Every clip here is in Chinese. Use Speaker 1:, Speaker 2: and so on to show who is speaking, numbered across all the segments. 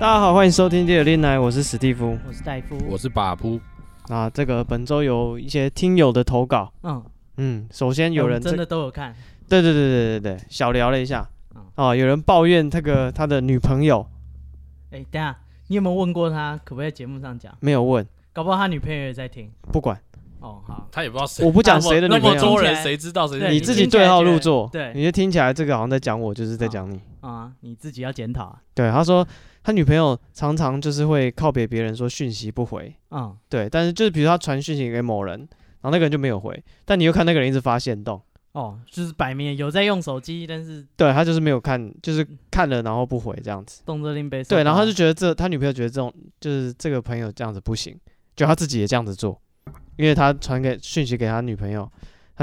Speaker 1: 大家好，欢迎收听《第二恋爱》，我是史蒂夫。
Speaker 2: 我是戴夫，
Speaker 3: 我是把扑，
Speaker 1: 那这个本周有一些听友的投稿，
Speaker 2: 嗯，
Speaker 1: 嗯，首先有
Speaker 2: 我们
Speaker 1: 人
Speaker 2: 哦真
Speaker 1: 这
Speaker 2: 的都有看，
Speaker 1: 对对对对对对，小聊了一下
Speaker 2: 嗯，
Speaker 1: 哦，有人抱怨这个他的女朋友
Speaker 2: 哎，等一下你有没有问过他可不可以在节目上讲？
Speaker 1: 没有问，
Speaker 2: 搞不好他女朋友也在听。
Speaker 1: 不管，
Speaker 2: 哦，好，
Speaker 3: 他也不知道谁，
Speaker 1: 我不讲谁的
Speaker 3: 那
Speaker 1: 女
Speaker 3: 么
Speaker 1: 朋
Speaker 3: 那么
Speaker 1: 友，
Speaker 3: 多人，谁知道谁是
Speaker 2: 对
Speaker 1: 你
Speaker 3: 朋
Speaker 1: 自
Speaker 3: 友
Speaker 1: 己对号入座，
Speaker 2: 对
Speaker 1: 你就听起来这个好像在讲我，就是在讲你。
Speaker 2: 啊、你自己要检讨啊。
Speaker 1: 对，他说他女朋友常常就是会靠别别人说讯息不回，
Speaker 2: 嗯，
Speaker 1: 对，但是就是比如他传讯息给某人，然后那个人就没有回，但你又看那个人一直发现动。
Speaker 2: 哦，就是摆明有在用手机，但是
Speaker 1: 对他就是没有看，就是
Speaker 3: 嗯
Speaker 1: 看了然后不回这样子。
Speaker 2: 动作拎杯。
Speaker 3: 哦
Speaker 1: 对，然后他就觉得这他女朋友觉得这种就是这个朋友这样子不行，就他自己也这样子做，因为他传给讯息给他女朋友，他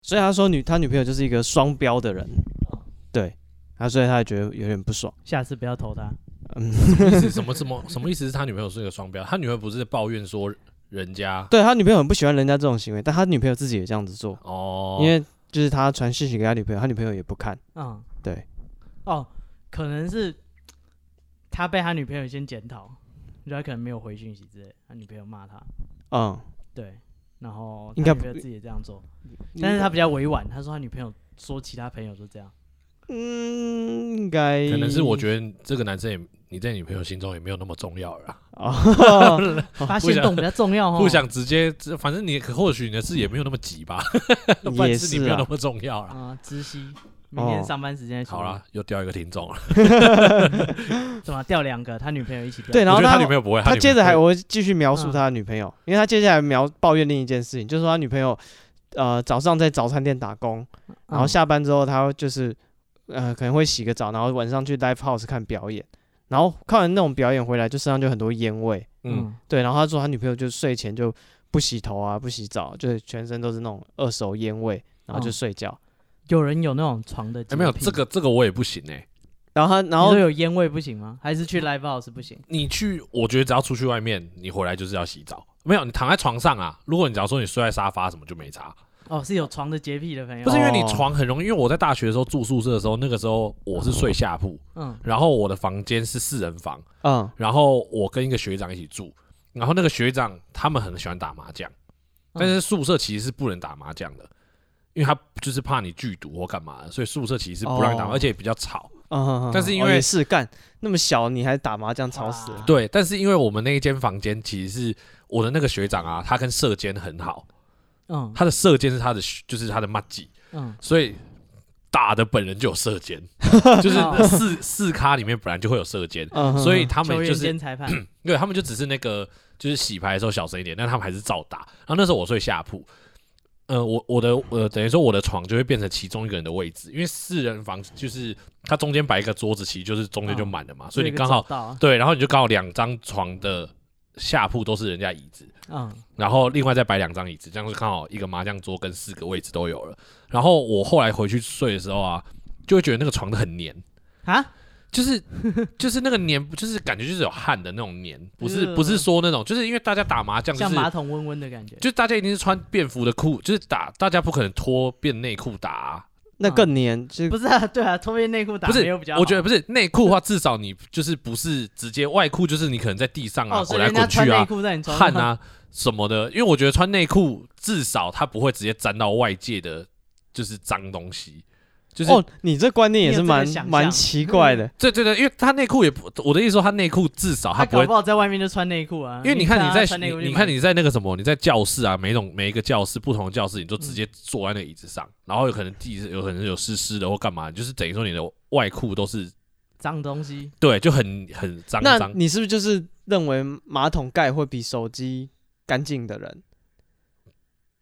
Speaker 1: 所以他说女他女朋友就是一个双标的人，
Speaker 3: 哦
Speaker 1: 对，他所以他也觉得有点不爽，
Speaker 2: 下次不要投他。
Speaker 1: 嗯，
Speaker 3: 意思什么什么什么意思？是他女朋友是一个双标，他女朋友不是抱怨说人家
Speaker 1: 对他女朋友很不喜欢人家这种行为，但他女朋友自己也这样子做，
Speaker 3: 哦，
Speaker 1: 因为就是他传讯息给他女朋友，他女朋友也不看，
Speaker 2: 嗯，
Speaker 1: 对，
Speaker 2: 哦，可能是他被他女朋友先检讨，就他可能没有回讯息之类，他女朋友骂他，
Speaker 1: 嗯，
Speaker 2: 对，然后他
Speaker 1: 应该
Speaker 2: 女朋友
Speaker 1: 不
Speaker 2: 自己也这样做，但是他比较委婉，他说他女朋友说其他朋友都这样。
Speaker 1: 嗯应该
Speaker 3: 可能是我觉得这个男生也你在女朋友心中也没有那么重要了啦，
Speaker 1: 哦，
Speaker 2: 发现洞比较重要哦。
Speaker 3: 不想直接，反正你或许你的事也没有那么急吧， 或
Speaker 1: 也
Speaker 3: 者
Speaker 1: 是
Speaker 3: 是你没有那
Speaker 1: 啊，
Speaker 3: 么重要了。
Speaker 2: 啊，知悉。明天
Speaker 1: 哦
Speaker 2: 上班时间再处
Speaker 3: 好
Speaker 2: 理，
Speaker 3: 啦，又掉一个听众了。
Speaker 2: 怎么掉两个？他女朋友一起掉。
Speaker 1: 对，然
Speaker 3: 我
Speaker 1: 后
Speaker 3: 觉得
Speaker 1: 他
Speaker 3: 他女朋友不会，
Speaker 1: 他
Speaker 3: 女朋友
Speaker 1: 接着还我会继续描述
Speaker 2: 嗯
Speaker 1: 他的女朋友，因为他接下来描抱怨另一件事情，就是说他啊女朋友呃早上在早餐店打工，
Speaker 2: 嗯，
Speaker 1: 然后下班之后他就是呃可能会洗个澡，然后晚上去 live house 看表演，然后看完那种表演回来就身上就很多烟味，
Speaker 3: 嗯，
Speaker 2: 嗯，
Speaker 1: 对，然后他说他女朋友就睡前就不洗头啊不洗澡，就是全身都是那种二手烟味，然后就
Speaker 2: 嗯
Speaker 1: 睡觉，
Speaker 2: 有人有那种床的洁癖，
Speaker 3: 哎没有这个这个我也不行哎，
Speaker 1: 然后他然
Speaker 2: 你
Speaker 1: 后
Speaker 2: 说有烟味不行吗？还是
Speaker 3: 嗯
Speaker 2: 去 live house 不行？
Speaker 3: 你去，我觉得只要出去外面，你回来就是要洗澡。没有，你躺在床上啊。如果你假如说你睡在沙发什么就没差，
Speaker 2: 哦，是有床的洁癖的朋友。
Speaker 3: 不是因为你
Speaker 1: 哦
Speaker 3: 床很容易。因为我在大学的时候住宿舍的时候，那个时候我是睡下铺，
Speaker 2: 嗯，
Speaker 3: 然后我的房间是四人房，
Speaker 1: 嗯
Speaker 3: 然后我跟一个学长一起住，然后那个学长他们很喜欢打麻将，
Speaker 2: 嗯
Speaker 3: 但是宿舍其实是不能打麻将的，因为他就是怕你剧毒或干嘛的，所以宿舍其实是不让你打，
Speaker 1: 哦
Speaker 3: 而且比较吵。
Speaker 1: 嗯嗯，嗯
Speaker 3: 但是
Speaker 1: 嗯
Speaker 3: 因
Speaker 1: 哦
Speaker 3: 为
Speaker 1: 也是干那么小你还打麻将吵死了
Speaker 2: 哇，
Speaker 3: 对，但是因为我们那一间房间其实是我的那个学长啊，他跟舍监很好。
Speaker 2: 嗯
Speaker 3: 他的射箭是他的，就是他的 m a g
Speaker 2: 嗯，
Speaker 3: 所以打的本人就有射箭，就是
Speaker 2: 哦
Speaker 3: 四四咖里面本来就会有射箭，
Speaker 1: 嗯，嗯
Speaker 3: 所以
Speaker 1: 嗯
Speaker 3: 他
Speaker 2: 球
Speaker 3: 们
Speaker 2: 员
Speaker 3: 就是
Speaker 2: 兼裁判。
Speaker 3: 对他们就只是那个就是洗牌的时候小声一点，但他们还是照打。然后那时候我睡下铺，呃，我我的呃等于说我的床就会变成其中一个人的位置，因为四人房就是它中间摆一个桌子，其实就是中间就满了 嘛，所以你刚好
Speaker 2: 到，
Speaker 3: 对，然后你就刚好两张床的下铺都是人家椅子，
Speaker 2: 嗯
Speaker 3: 然后另外再摆两张椅子，这样就刚好一个麻将桌跟四个位置都有了。然后我后来回去睡的时候啊，就会觉得那个床的很黏，
Speaker 2: 啊，
Speaker 3: 就是 就是那个黏，就是感觉就是有汗的那种黏，不是
Speaker 2: 呃
Speaker 3: 不是说那种，就是因为大家打麻将就
Speaker 2: 像
Speaker 3: 是
Speaker 2: 马桶温温的感觉。
Speaker 3: 就大家一定是穿便服的裤，就是打大家不可能脱变内裤打、啊，
Speaker 1: 那更黏，就是
Speaker 2: 不是啊，对啊，脱边内裤打
Speaker 3: 不是
Speaker 2: 没有比较好。
Speaker 3: 我觉得不是内裤的话，至少你就是不是直接外裤，就是你可能在地上啊
Speaker 2: 哦，所
Speaker 3: 滚
Speaker 2: 以
Speaker 3: 来
Speaker 2: 人家
Speaker 3: 滚
Speaker 2: 穿
Speaker 3: 去
Speaker 2: 内
Speaker 3: 啊，
Speaker 2: 裤 在你床上
Speaker 3: 汗啊 什么的，因为我觉得穿内裤至少它不会直接沾到外界的，就是脏东西。就是、
Speaker 1: 哦，你这观念也
Speaker 2: 你有
Speaker 1: 是
Speaker 2: 这个
Speaker 1: 蛮
Speaker 2: 想
Speaker 1: 蛮
Speaker 2: 象
Speaker 1: 奇怪的。
Speaker 3: 对对对，因为他内裤也不，我的意思说他内裤至少
Speaker 2: 他
Speaker 3: 不
Speaker 2: 搞
Speaker 3: 会
Speaker 2: 不，好在外面就穿内裤啊。
Speaker 3: 因为你看
Speaker 2: 你
Speaker 3: 你在
Speaker 2: 他穿内裤
Speaker 3: 你
Speaker 2: 就
Speaker 3: 你
Speaker 2: 买
Speaker 3: 看你在那个什么，你在教室啊，每种每一个教室不同的教室，你就直接坐在那个椅子上，然后有可能地有可能有湿湿的或干嘛，就是等于说你的外裤都是
Speaker 2: 脏东西，
Speaker 3: 对，就很很脏
Speaker 1: 那
Speaker 3: 脏。
Speaker 1: 你是不是就是认为马桶盖会比手机干净的人？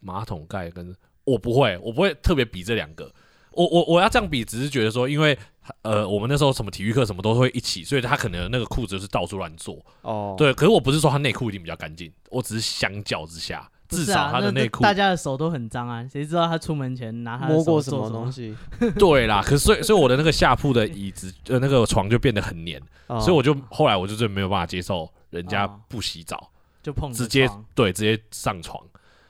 Speaker 3: 马桶盖跟我不会，我不会特别比这两个。我我我要这样比，只是觉得说，因为呃，我们那时候什么体育课什么都会一起，所以他可能那个裤子就是到处乱做。
Speaker 1: 哦，，
Speaker 3: 对，可是我不是说他内裤一定比较干净，我只是相较之下，
Speaker 2: 不
Speaker 3: 至
Speaker 2: 是
Speaker 3: 少
Speaker 2: 啊
Speaker 3: 他的
Speaker 2: 那
Speaker 3: 内裤、
Speaker 2: 大家的手都很脏啊，谁知道他出门前拿他的
Speaker 1: 摸过
Speaker 2: 手
Speaker 1: 什
Speaker 2: 做
Speaker 1: 么
Speaker 2: 什么
Speaker 1: 东 西？
Speaker 3: 对啦。可是所以所以我的那个下铺的椅子呃那个床就变得很黏，
Speaker 1: 所
Speaker 3: 所以我就后来我就是没有办法接受人家
Speaker 2: 哦
Speaker 3: 不洗澡。
Speaker 2: 就碰着
Speaker 3: 直接
Speaker 2: 床
Speaker 3: 对，直接上床。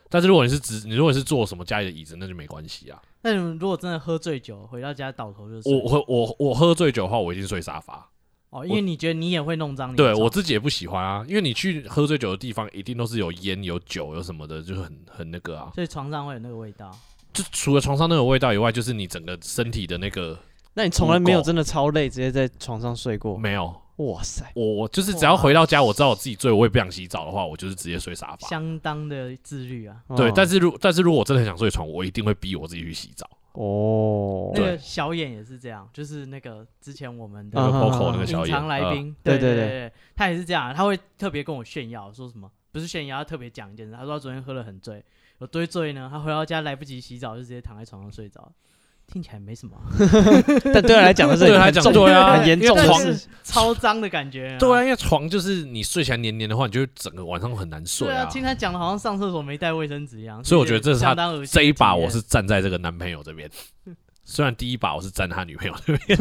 Speaker 3: 但是如果你是直，你如果你是坐什么家里的椅子，那就没关系啊。
Speaker 2: 那你们如果真的喝醉酒回到家倒头就
Speaker 3: 我
Speaker 2: 睡，
Speaker 3: 我我我喝醉酒的话，我一定睡沙发。
Speaker 2: 哦，因为你觉得你也会弄脏你的
Speaker 3: 对
Speaker 2: 照
Speaker 3: 我自己也不喜欢啊，因为你去喝醉酒的地方，一定都是有烟、有酒、有什么的，就是很很那个啊。
Speaker 2: 所以床上会有那个味道。
Speaker 3: 就除了床上那个味道以外，就是你整个身体的那个
Speaker 1: 那你从来没有
Speaker 3: 污垢
Speaker 1: 真的超累，直接在床上睡过？
Speaker 3: 没有。
Speaker 1: 哇塞，
Speaker 3: 我我就是只要回到家，我知道我自己醉，我也不想洗澡的话，我就是直接睡沙发。
Speaker 2: 相当的自律啊。
Speaker 3: 对，
Speaker 1: 嗯
Speaker 3: 但是如但是如果我真的很想睡床，我一定会逼我自己去洗澡。
Speaker 1: 哦，
Speaker 2: 那个小眼也是这样，就是那个之前我们
Speaker 1: 嗯
Speaker 2: 的
Speaker 3: 那个
Speaker 1: 哼
Speaker 3: Coco 那
Speaker 1: 嗯
Speaker 3: 个小
Speaker 2: 隐
Speaker 3: 眼
Speaker 2: 藏来，
Speaker 3: 呃
Speaker 2: 宾，
Speaker 1: 对
Speaker 2: 对
Speaker 1: 对
Speaker 2: 对，他也是这样，他会特别跟我炫耀说什么，不是炫耀，他特别讲一件事，他说他昨天喝了很醉，有多醉呢？他回到家来不及洗澡，就直接躺在床上睡着，听起来没什么，
Speaker 1: 但对他来讲的是
Speaker 3: 对
Speaker 1: 很
Speaker 3: 他来
Speaker 1: 严
Speaker 3: 讲
Speaker 1: 重
Speaker 3: 对啊
Speaker 1: 很严
Speaker 3: 因为
Speaker 1: 重的
Speaker 3: 床
Speaker 1: 事 情。
Speaker 2: 超脏的感觉。
Speaker 3: 对啊，因为床就是你睡起来黏黏的话，你就整个晚上很难睡
Speaker 2: 对啊，
Speaker 3: 啊。
Speaker 2: 听他讲的好像上厕所没带卫生纸一样，
Speaker 3: 所以我觉得这是他
Speaker 2: 相当恶心的
Speaker 3: 这一把
Speaker 2: 经验
Speaker 3: 我是站在这个男朋友这边，虽然第一把我是站他女朋友这边，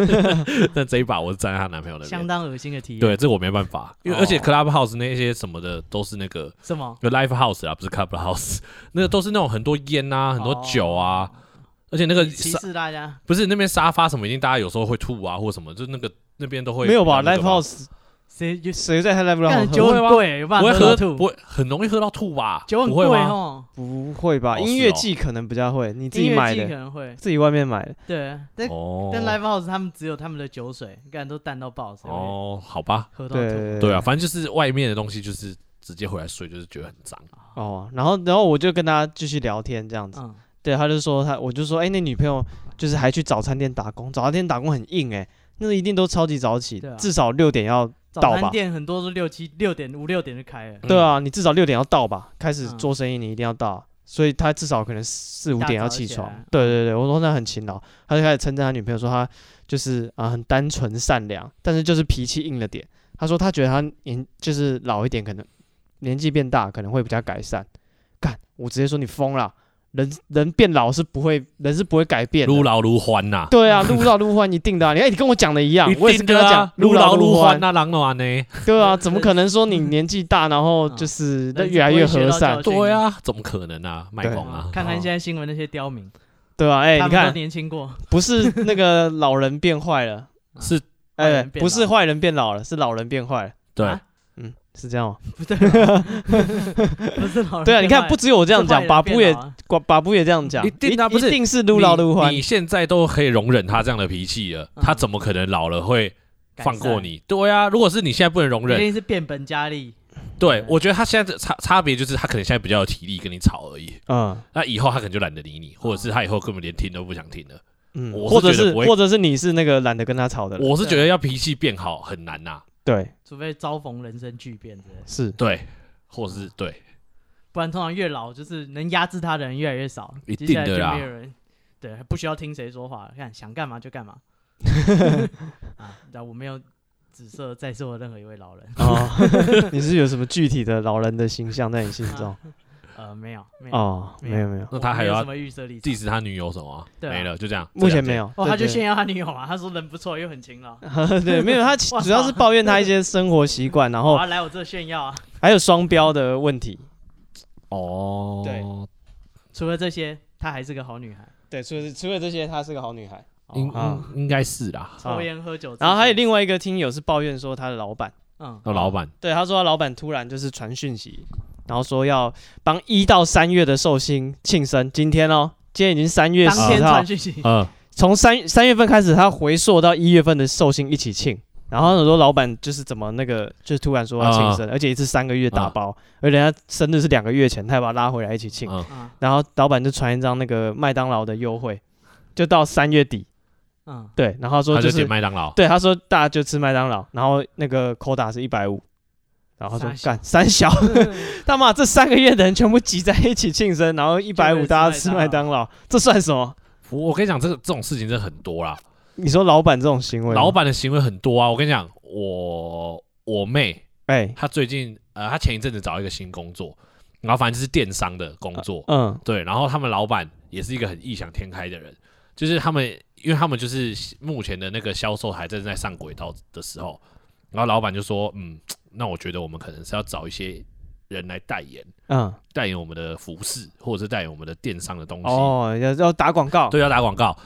Speaker 3: 但这一把我是站他男朋友那
Speaker 2: 相
Speaker 3: 边。
Speaker 2: 当恶心的体验。
Speaker 3: 对，，这我没办法，因为而且
Speaker 1: 哦
Speaker 3: Clubhouse 那些什么的都是那个
Speaker 2: 什么？
Speaker 3: 有 Live House 啊，不是 Clubhouse，那个 都是那种很多烟啊，很多酒啊，而且那个
Speaker 2: 你歧
Speaker 3: 沙
Speaker 2: 视大家。
Speaker 3: 不是那边沙发什么，一定大家有时候会吐啊，或什么，就那个那边都会
Speaker 1: 没有吧
Speaker 3: 比较那
Speaker 1: ？Live
Speaker 3: 个吧
Speaker 1: House
Speaker 2: 谁就
Speaker 1: 谁在他 Live
Speaker 2: 干
Speaker 1: House
Speaker 2: 酒
Speaker 1: 喝
Speaker 2: 很
Speaker 3: 吧
Speaker 2: 贵，有办
Speaker 3: 啊不
Speaker 2: 法
Speaker 3: 会喝
Speaker 2: 到吐
Speaker 3: 不，会很容易喝到吐吧？
Speaker 2: 酒很
Speaker 3: 不会
Speaker 2: 贵
Speaker 3: 吗？
Speaker 2: 哦。
Speaker 1: 不会吧？
Speaker 3: 哦
Speaker 1: 音
Speaker 3: 是
Speaker 1: 乐
Speaker 3: 哦
Speaker 1: 季可能比较会，你自
Speaker 2: 音
Speaker 1: 己
Speaker 2: 乐
Speaker 1: 买
Speaker 2: 季可
Speaker 1: 的，
Speaker 2: 能会，
Speaker 1: 自己外面买的。
Speaker 2: 对，但
Speaker 3: 哦，
Speaker 2: 但 Live House 他们只有他们的酒水，感觉都淡到爆，谁会
Speaker 3: 哦，好吧，
Speaker 2: 喝到吐。
Speaker 1: 对
Speaker 3: 对啊，，反正就是外面的东西就是直接回来睡，就是觉得很脏。
Speaker 1: 哦，然后然后我就跟他继续聊天这样子。
Speaker 2: 嗯，
Speaker 1: 对，他就说他，我就说，哎、那女朋友就是还去早餐店打工，早餐店打工很硬哎、那一定都超级早起，
Speaker 2: 对啊
Speaker 1: 至少六点要，到
Speaker 2: 早
Speaker 1: 吧
Speaker 2: 餐店很多是六七六点五六点就开了，
Speaker 1: 对啊，你至少六点要到吧，开始
Speaker 2: 嗯
Speaker 1: 做生意你一定要到啊，所以他至少可能四五
Speaker 2: 大
Speaker 1: 点要
Speaker 2: 早
Speaker 1: 起
Speaker 2: 起
Speaker 1: 床
Speaker 2: 来。嗯
Speaker 1: 对对对，我说那很勤劳，他就开始称赞他女朋友说他就是啊、很单纯善良，但是就是脾气硬了点。他说他觉得他年就是老一点，可能年纪变大可能会比较改善。干，我直接说你疯了。人人变老是不会，人是不会改变的。
Speaker 3: 撸劳撸欢呐，
Speaker 1: 对啊，撸到撸欢一定的啊！你哎，你跟我讲的一样，
Speaker 3: 一
Speaker 1: 我也是
Speaker 3: 定
Speaker 1: 跟
Speaker 3: 的
Speaker 1: 他
Speaker 3: 啊
Speaker 1: 讲
Speaker 3: 撸
Speaker 1: 劳
Speaker 3: 劳撸
Speaker 1: 欢
Speaker 3: 欢，啊那狼的话呢？
Speaker 1: 对啊，怎么可能说你年纪大，然 后
Speaker 3: 啊
Speaker 1: 就是
Speaker 2: 人
Speaker 1: 越来越和善
Speaker 2: 不会学到教，训
Speaker 3: 对啊，怎么可能啊？卖
Speaker 1: 对
Speaker 3: 萌啊！
Speaker 2: 嗯看看现在新闻那些刁民，
Speaker 1: 对吧、啊？哎、
Speaker 2: 他
Speaker 1: 你
Speaker 2: 们都
Speaker 1: 看，
Speaker 2: 年轻过，
Speaker 1: 不是那个老人变坏了，
Speaker 3: 是，
Speaker 1: 哎、
Speaker 2: 坏人变老
Speaker 1: 不是坏人变老了，是老人变坏了，
Speaker 3: 对
Speaker 2: 啊，
Speaker 1: 嗯，是这样吗？
Speaker 2: 不对啊，不是老人
Speaker 1: 对啊，你看
Speaker 2: 变坏
Speaker 1: 不只有我这样
Speaker 2: 是
Speaker 1: 讲，
Speaker 2: 坏人
Speaker 1: 把
Speaker 2: 变
Speaker 1: 布也
Speaker 2: 老啊
Speaker 1: 把把布也这样讲，
Speaker 3: 一定啊不是
Speaker 1: 一定是撸老撸欢
Speaker 3: 你，你现在都可以容忍他这样的脾气了，
Speaker 2: 嗯
Speaker 3: 他怎么可能老了会
Speaker 2: 改
Speaker 3: 放过
Speaker 2: 善，
Speaker 3: 你？对啊，如果是你现在不能容
Speaker 2: 一
Speaker 3: 忍，
Speaker 2: 定是变本加厉。
Speaker 3: 对我觉得他现在的差差别就是他可能现在比较有体力跟你吵而已，
Speaker 1: 嗯
Speaker 3: 那以后他可能就懒得理你，或者是他以后根本连听都不想听了。
Speaker 1: 嗯，
Speaker 3: 我是
Speaker 1: 或者
Speaker 3: 觉得
Speaker 1: 是
Speaker 3: 不会
Speaker 1: 或者是你是那个懒得跟他吵的人，
Speaker 3: 我是觉得要脾气变好很难呐、
Speaker 1: 对，
Speaker 2: 除非遭逢人生巨变之类的，
Speaker 1: 是
Speaker 3: 对，或者是对，
Speaker 2: 不然通常越老就是能压制他的人越来越少，
Speaker 3: 一
Speaker 2: 接下来
Speaker 3: 定的啦
Speaker 2: 就没有人对，不需要听谁说话，看想干嘛就 干嘛。啊，那我没有紫色在座的任何一位老人，
Speaker 1: 哦， 你是有什么具体的老人的形象在你心中？
Speaker 2: 呃，没有，没有，
Speaker 1: 哦，
Speaker 2: 没
Speaker 1: 没有没有，
Speaker 3: 那他
Speaker 2: 我
Speaker 3: 还
Speaker 2: 没有
Speaker 3: 要
Speaker 2: 什么预设立场。
Speaker 3: diss 他女友什么啊、
Speaker 2: 对啊
Speaker 3: 没了，就这样。
Speaker 1: 目前没有，
Speaker 3: 有。
Speaker 2: 哦，
Speaker 1: 对哦
Speaker 2: 他就
Speaker 1: 对
Speaker 2: 炫耀他女友嘛，他说人不错，又很勤劳。
Speaker 1: 对，没有 他其主要是抱怨他一 些生活习惯，然
Speaker 2: 我
Speaker 1: 后
Speaker 2: 要来我这炫耀啊！
Speaker 1: 还有双标的问题。
Speaker 3: 哦，
Speaker 1: 对
Speaker 2: 除了这些，她还是个好女孩。
Speaker 1: 对，除了除了这些，她是个好女孩。
Speaker 2: 哦
Speaker 3: 应
Speaker 1: 啊
Speaker 3: 应应该是啦。
Speaker 2: 抽烟喝酒，
Speaker 1: 然后还有
Speaker 2: 自己
Speaker 1: 另外一个听友是抱怨说他的老板，
Speaker 2: 嗯，
Speaker 3: 那老板
Speaker 1: 对他说他老板突然就是传讯息，然后说要帮一到三月的寿星庆生，今天哦，今天已经三月十
Speaker 2: 当天
Speaker 1: 号
Speaker 2: 传，讯息，
Speaker 3: 呃，
Speaker 1: 从三三月份开始，他回溯到一月份的寿星一起庆。然后很多老板就是怎么那个，就是突然说要庆生，
Speaker 3: 啊
Speaker 1: 而且一次三个月打包，而人家生日是两个月前，他还把他拉回来一起庆。
Speaker 3: 嗯
Speaker 2: 嗯
Speaker 1: 然后老板就传一张那个麦当劳的优惠，就到三月底。
Speaker 2: 嗯，
Speaker 1: 对，然后他说
Speaker 3: 他
Speaker 1: 就
Speaker 3: 就是点麦当劳，
Speaker 1: 对他说大家就吃麦当劳，然后那个扣打是一百五，然后他说
Speaker 2: 傻小
Speaker 1: 干三小， 他妈这三个月的人全部挤在一起庆生，然后一百
Speaker 2: 就为
Speaker 1: 五
Speaker 2: 了
Speaker 1: 大家
Speaker 2: 吃
Speaker 1: 吃
Speaker 2: 麦
Speaker 1: 麦
Speaker 2: 当
Speaker 1: 当劳，这算什么？
Speaker 3: 我我跟你讲，这个这种事情真的很多啦。
Speaker 1: 你说老板这种行为，
Speaker 3: 老，板的行为很多啊，我跟你讲，我我妹
Speaker 1: 哎，
Speaker 3: 她最近呃，她前一阵子找一个新工作，然后反正就是电商的工作，
Speaker 1: 嗯，
Speaker 3: 对，然后他们老板也是一个很异想天开的人，就是他们，因为他们就是目前的那个销售还正在上轨道的时候，然后老板就说，嗯，那我觉得我们可能是要找一些人来代言，
Speaker 1: 嗯，
Speaker 3: 代
Speaker 1: 哦
Speaker 3: 言我们的服饰，或者是代言我们的电商的东西，
Speaker 1: 哦，要要打广告，
Speaker 3: 对，要打广告。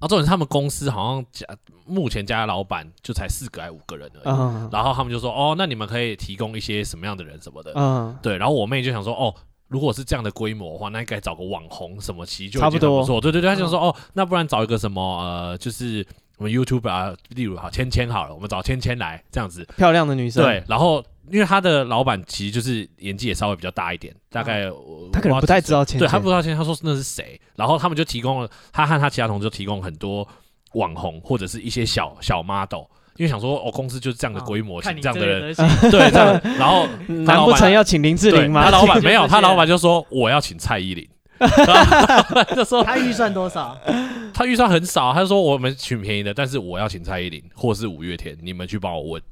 Speaker 3: 后重点是他们公司好像家目前家的老板就才四个还五个人而已，
Speaker 1: 嗯
Speaker 3: 然后他们就说哦，那你们可以提供一些什么样的人什么的，
Speaker 1: 嗯，
Speaker 3: 对，然后我妹就想说，哦，如果是这样的规模的话，那应该找个网红什么，其实就已
Speaker 1: 差不
Speaker 3: 经很
Speaker 1: 多嗯
Speaker 3: 不错。对对对，她想说，哦，那不然找一个什么呃，就是我们 YouTube 啊，例如好芊芊好了，我们找芊芊来这样子。
Speaker 1: 漂亮的女生，
Speaker 3: 对，，然后因为她的老板其实就是年纪也稍微比较大一点，大概我
Speaker 1: 嗯她可能不太知道钱，
Speaker 3: 对他不知道现在他说那是谁，然后他们就提供了他和他其他同事就提供很多网红或者是一些小小 model，因为想说哦公司就是这样的规模，
Speaker 2: 看
Speaker 3: 请
Speaker 2: 你
Speaker 3: 这样的人，
Speaker 2: 这个德 行
Speaker 3: 对这样， 然后
Speaker 1: 难不成要请林志
Speaker 3: 对
Speaker 1: 玲吗
Speaker 3: 他？老板没有，
Speaker 2: 就是
Speaker 3: 他老板就说我要请蔡 依林，然后就说
Speaker 2: 他预算多少？
Speaker 3: 他预算很少，他就说我们请便宜的，但是我要请蔡依林或是五月天，你们去帮我问。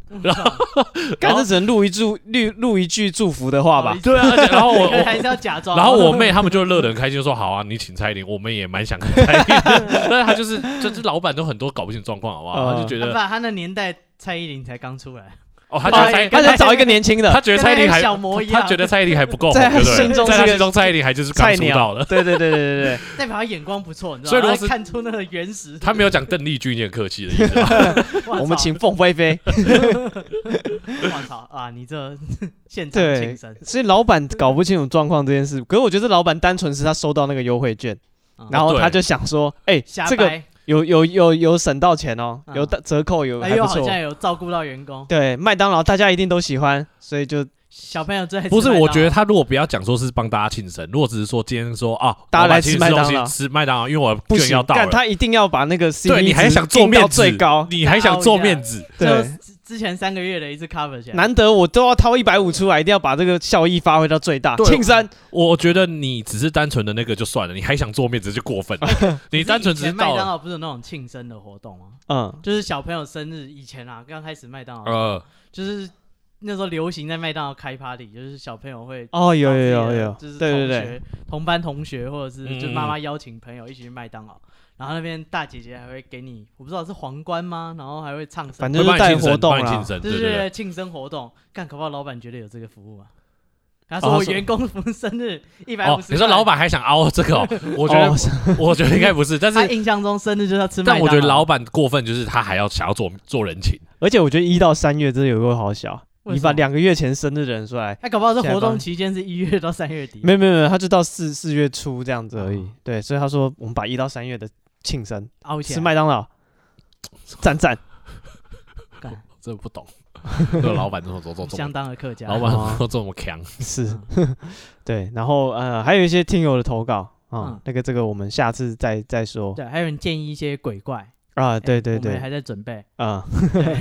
Speaker 1: 干这只能录一祝录录一句祝福的话吧？
Speaker 3: 对啊，而 且然后我
Speaker 2: 可能
Speaker 3: 我
Speaker 2: 还是要假装。
Speaker 3: 然后我妹他们就乐得很开心，就说好啊，你请蔡依林，我们也蛮想看蔡依林 的。但是他就是就是老板都很多搞不清状况，好不好？
Speaker 1: 嗯
Speaker 3: 他就觉
Speaker 2: 他
Speaker 3: 得
Speaker 2: 把他那年代蔡依林才刚出来，
Speaker 3: 哦，他觉得
Speaker 2: 哎
Speaker 3: 蔡
Speaker 1: 他想找一个年轻的
Speaker 3: 他，觉得蔡依林还
Speaker 2: 跟小魔一样
Speaker 3: 他觉得蔡依林还不够红，
Speaker 1: 在他
Speaker 3: 对不
Speaker 1: 心
Speaker 3: 对？
Speaker 1: 中
Speaker 3: 在
Speaker 1: 是
Speaker 3: 他
Speaker 1: 个
Speaker 3: 心中蔡依林还就是刚
Speaker 1: 菜
Speaker 3: 出
Speaker 1: 鸟
Speaker 3: 道的，
Speaker 1: 对对对对对对
Speaker 2: 代表他眼光不错，你知
Speaker 3: 所
Speaker 2: 道
Speaker 3: 以如
Speaker 2: 吗？他
Speaker 3: 果是
Speaker 2: 看出那个原始。
Speaker 3: 他没有讲邓丽君也很客气的意思吧。
Speaker 1: 对，
Speaker 2: 哇
Speaker 1: 我们
Speaker 2: 操
Speaker 1: 请凤飞飞。
Speaker 2: 我操啊！你这 现场
Speaker 1: 对
Speaker 2: 庆生，
Speaker 1: 所以老板搞不清楚状况这件事，可是我觉得老板单纯是他收到那个优惠券，
Speaker 2: 嗯
Speaker 1: 然后
Speaker 3: 啊对
Speaker 1: 他就想说，哎、
Speaker 2: 瞎
Speaker 1: 这个
Speaker 2: 掰，
Speaker 1: 有有有有省到钱哦，
Speaker 3: 啊
Speaker 2: 嗯
Speaker 1: 有打折扣有
Speaker 2: 哎
Speaker 1: 还
Speaker 2: 呦，
Speaker 1: 不
Speaker 2: 好
Speaker 1: 错。
Speaker 2: 像有照顾到员工，
Speaker 1: 对，麦当劳大家一定都喜欢，所以就
Speaker 2: 小朋友最爱吃
Speaker 3: 不是，
Speaker 2: 麦当劳
Speaker 3: 我觉得他如果不要讲说是帮大家庆生，如果只是说今天说啊，
Speaker 1: 大家来
Speaker 3: 老板请
Speaker 1: 吃
Speaker 3: 你
Speaker 1: 麦当劳
Speaker 3: 东西吃麦当劳，因为我
Speaker 1: 不
Speaker 3: 券要
Speaker 1: 行，
Speaker 3: 到
Speaker 1: 但
Speaker 3: 了，
Speaker 1: 他一定要把那个 CP
Speaker 3: 对你还
Speaker 1: 值
Speaker 3: 想做
Speaker 1: 定到
Speaker 3: 面子
Speaker 1: 最高，
Speaker 3: 你还想做面子，
Speaker 2: 就
Speaker 1: 对，
Speaker 2: 之之前三个月的一次 cover 起来，
Speaker 1: 难得我都要掏一百五出来，一定要把这个效益发挥到最大。
Speaker 3: 对
Speaker 1: 庆生，
Speaker 3: 我觉得你只是单纯的那个就算了，你还想做面子就过分 了，你单纯只
Speaker 2: 以
Speaker 3: 是
Speaker 2: 前麦
Speaker 3: 到
Speaker 2: 当
Speaker 3: 了
Speaker 2: 劳不是有那种庆生的活动吗？
Speaker 1: 嗯，
Speaker 2: 就是小朋友生日以前啊，刚开始麦当劳、
Speaker 3: 呃，
Speaker 2: 就是那时候流行在麦当劳开 party，就是小朋友会
Speaker 1: 哦，有
Speaker 2: 找自己
Speaker 1: 有
Speaker 2: 的
Speaker 1: 有有，
Speaker 2: 就是
Speaker 1: 对对
Speaker 2: 同
Speaker 1: 对，
Speaker 2: 学同班同学或者是就
Speaker 3: 嗯
Speaker 2: 妈妈邀请朋友一起去麦当劳，然后那边大姐姐还会给你，我不知道是皇冠吗？然后还会唱什么，
Speaker 1: 反
Speaker 3: 会
Speaker 1: 正就是
Speaker 3: 帮你
Speaker 1: 带
Speaker 3: 庆
Speaker 1: 活
Speaker 3: 生，
Speaker 1: 动啊
Speaker 3: 帮你
Speaker 1: 啦
Speaker 3: 庆。生，
Speaker 2: 就
Speaker 3: 对对对。
Speaker 2: 是庆生活动，干，可不好老板觉得有这个服务啊。他
Speaker 1: 哦
Speaker 2: 说
Speaker 1: 他
Speaker 2: 我
Speaker 1: 说
Speaker 2: 员工服务生日 一百五
Speaker 3: 哦
Speaker 2: 十，，
Speaker 3: 你说老板还想凹这个哦？我觉
Speaker 1: 哦
Speaker 3: 得，我觉得应该不是，但
Speaker 2: 他
Speaker 3: 是，
Speaker 2: 印象中生日就是要吃麦
Speaker 3: 但
Speaker 2: 当
Speaker 3: 我觉得
Speaker 2: 劳
Speaker 3: 老板过分，就是他还要想要做做人情，
Speaker 1: 而且我觉得一到三月真的有够好笑，
Speaker 2: 为
Speaker 1: 你
Speaker 2: 什
Speaker 1: 把
Speaker 2: 么
Speaker 1: 两个月前生日的人出来，
Speaker 2: 哎，搞不好这
Speaker 1: 现在
Speaker 2: 活动
Speaker 1: 帮
Speaker 2: 期间是一月到三月底。
Speaker 1: 没有没有没有，他就到四四月初这样子而已。
Speaker 2: 哦
Speaker 1: 对，所以他说我们把一到三月的庆生
Speaker 2: 凹起
Speaker 1: 吃
Speaker 2: 来，
Speaker 1: 麦当 劳，赞 赞。
Speaker 3: 这不懂。这个老板怎么怎么怎
Speaker 2: 相
Speaker 3: 么，
Speaker 2: 当的客家。
Speaker 3: 老板怎么这么强？
Speaker 1: 是， 对。然后呃，还有一些听友的投稿啊，
Speaker 2: 嗯
Speaker 1: 那个这个我们下次再再说
Speaker 2: 对，还有人建议一些鬼怪。
Speaker 1: 啊。对对
Speaker 2: 哎我们
Speaker 1: 对，
Speaker 2: 还在准备，
Speaker 1: 啊、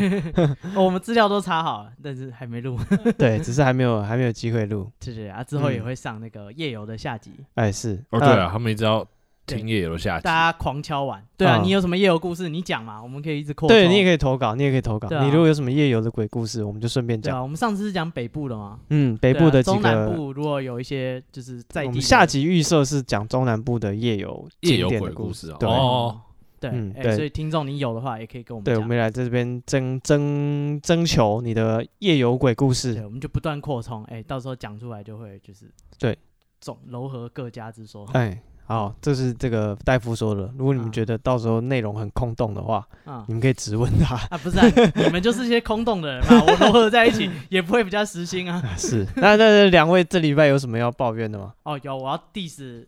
Speaker 2: 哦我们资料都查好了，但是还没录。
Speaker 1: 对，只是还没有还没有机会录。
Speaker 2: 对对对啊，之后也
Speaker 1: 嗯
Speaker 2: 会上那个夜游的下集，
Speaker 1: 哎，是
Speaker 3: 哦，对啊，他们一直要听夜游下集。
Speaker 2: 大家狂敲完。对啊，
Speaker 1: 嗯
Speaker 2: 你有什么夜游故事，你讲嘛，我们可以一直扩
Speaker 1: 呃
Speaker 2: 充。
Speaker 1: 对，你也可以投稿，你也可以投稿。
Speaker 2: 对啊
Speaker 1: 你如果有什么夜游的鬼故事，我们就顺便
Speaker 2: 对
Speaker 1: 讲。
Speaker 2: 啊，我们上次是讲北部的嘛，
Speaker 1: 嗯，北
Speaker 2: 北
Speaker 1: 部的几
Speaker 2: 中南
Speaker 1: 个，
Speaker 2: 部如果有一些就是在
Speaker 1: 我
Speaker 2: 地
Speaker 1: 们
Speaker 2: 的
Speaker 1: 下集预设是讲中南部的夜游
Speaker 3: 夜
Speaker 1: 景
Speaker 3: 游
Speaker 1: 点
Speaker 3: 鬼
Speaker 1: 的故
Speaker 3: 故
Speaker 1: 事
Speaker 3: 事啊
Speaker 1: 对，
Speaker 3: 哦
Speaker 2: 对，
Speaker 1: 嗯
Speaker 2: 哎
Speaker 1: 对
Speaker 2: 所以听众你有的话也可以跟我们
Speaker 1: 对，我
Speaker 2: 讲
Speaker 1: 们也来在这边征征征求你的夜游鬼故
Speaker 2: 对，
Speaker 1: 事。
Speaker 2: 我们就不断扩充，哎，到时候讲出来就会就是
Speaker 1: 对
Speaker 2: 总柔和各家之说，
Speaker 1: 哎，好，这是这个戴夫说的。如果你们
Speaker 2: 啊
Speaker 1: 觉得到时候内容很空洞的话，
Speaker 2: 嗯
Speaker 1: 你们可以质问他。
Speaker 2: 啊，不是、啊，你们就是一些空洞的人嘛，我柔合在一起也不会比较实心啊。
Speaker 1: 是，那那那两位这礼拜有什么要抱怨的吗？
Speaker 2: 哦，有，我要 diss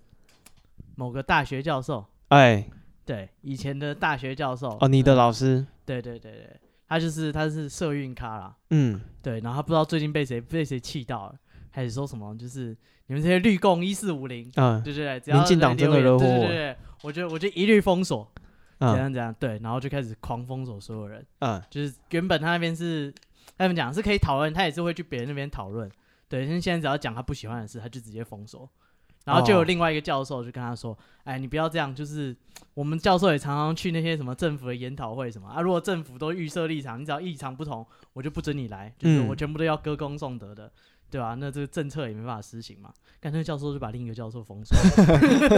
Speaker 2: 某个大学教授，
Speaker 1: 哎，
Speaker 2: 对，以前的大学教授。
Speaker 1: 哦，你的
Speaker 2: 嗯
Speaker 1: 老师，
Speaker 2: 对对对对，他就是他是社运咖啦，
Speaker 1: 嗯，
Speaker 2: 对，然后他不知道最近被谁被谁气到了，开始说什么就是你们这些绿共一四五零，
Speaker 1: 啊，
Speaker 2: 对对对，只要
Speaker 1: 民进党
Speaker 2: 在
Speaker 1: 真
Speaker 2: 留
Speaker 1: 的
Speaker 2: 言
Speaker 1: 惹火
Speaker 2: 对
Speaker 1: 我
Speaker 2: 对对对，我就我就一律封锁，怎
Speaker 1: 嗯，
Speaker 2: 样怎样，对，啊然后就开始狂封锁所有人。
Speaker 1: 嗯，
Speaker 2: 就是原本他那边是他们讲是可以讨论，他也是会去别人那边讨论。对，但是现在只要讲他不喜欢的事，他就直接封锁。然后就有
Speaker 1: 哦
Speaker 2: 另外一个教授就跟他说：“哎，你不要这样，就是我们教授也常常去那些什么政府的研讨会什么啊，如果政府都预设立场，你只要异常不同，我就不准你来，就是
Speaker 1: 嗯
Speaker 2: 我全部都要歌功颂德的，对吧、那这个政策也没办法施行嘛。干脆教授就把另一个教授封锁，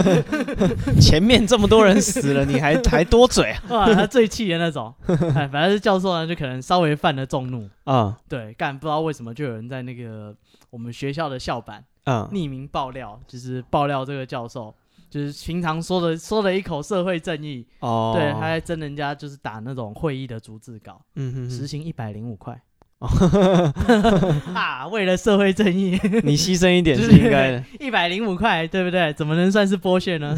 Speaker 1: 前面这么多人死了，你 还还多嘴啊？
Speaker 2: 哇，他最气的那种。哎，反正是教授呢，就可能稍微犯了众怒，
Speaker 1: 啊，
Speaker 2: 对，干不知道为什么就有人在那个我们学校的校版
Speaker 1: 嗯，
Speaker 2: 匿名爆料，就是爆料这个教授，就是平常说的说了一口社会正义，
Speaker 1: 哦，
Speaker 2: 对，他还真人家就是打那种会议的逐字稿，
Speaker 1: 嗯哼哦
Speaker 2: 时
Speaker 1: 哼，
Speaker 2: 薪一百零五块。 啊，为了社会正义，
Speaker 1: 你牺牲一点是应该的，
Speaker 2: 一百零五块，对不对？怎么能算是剥削呢？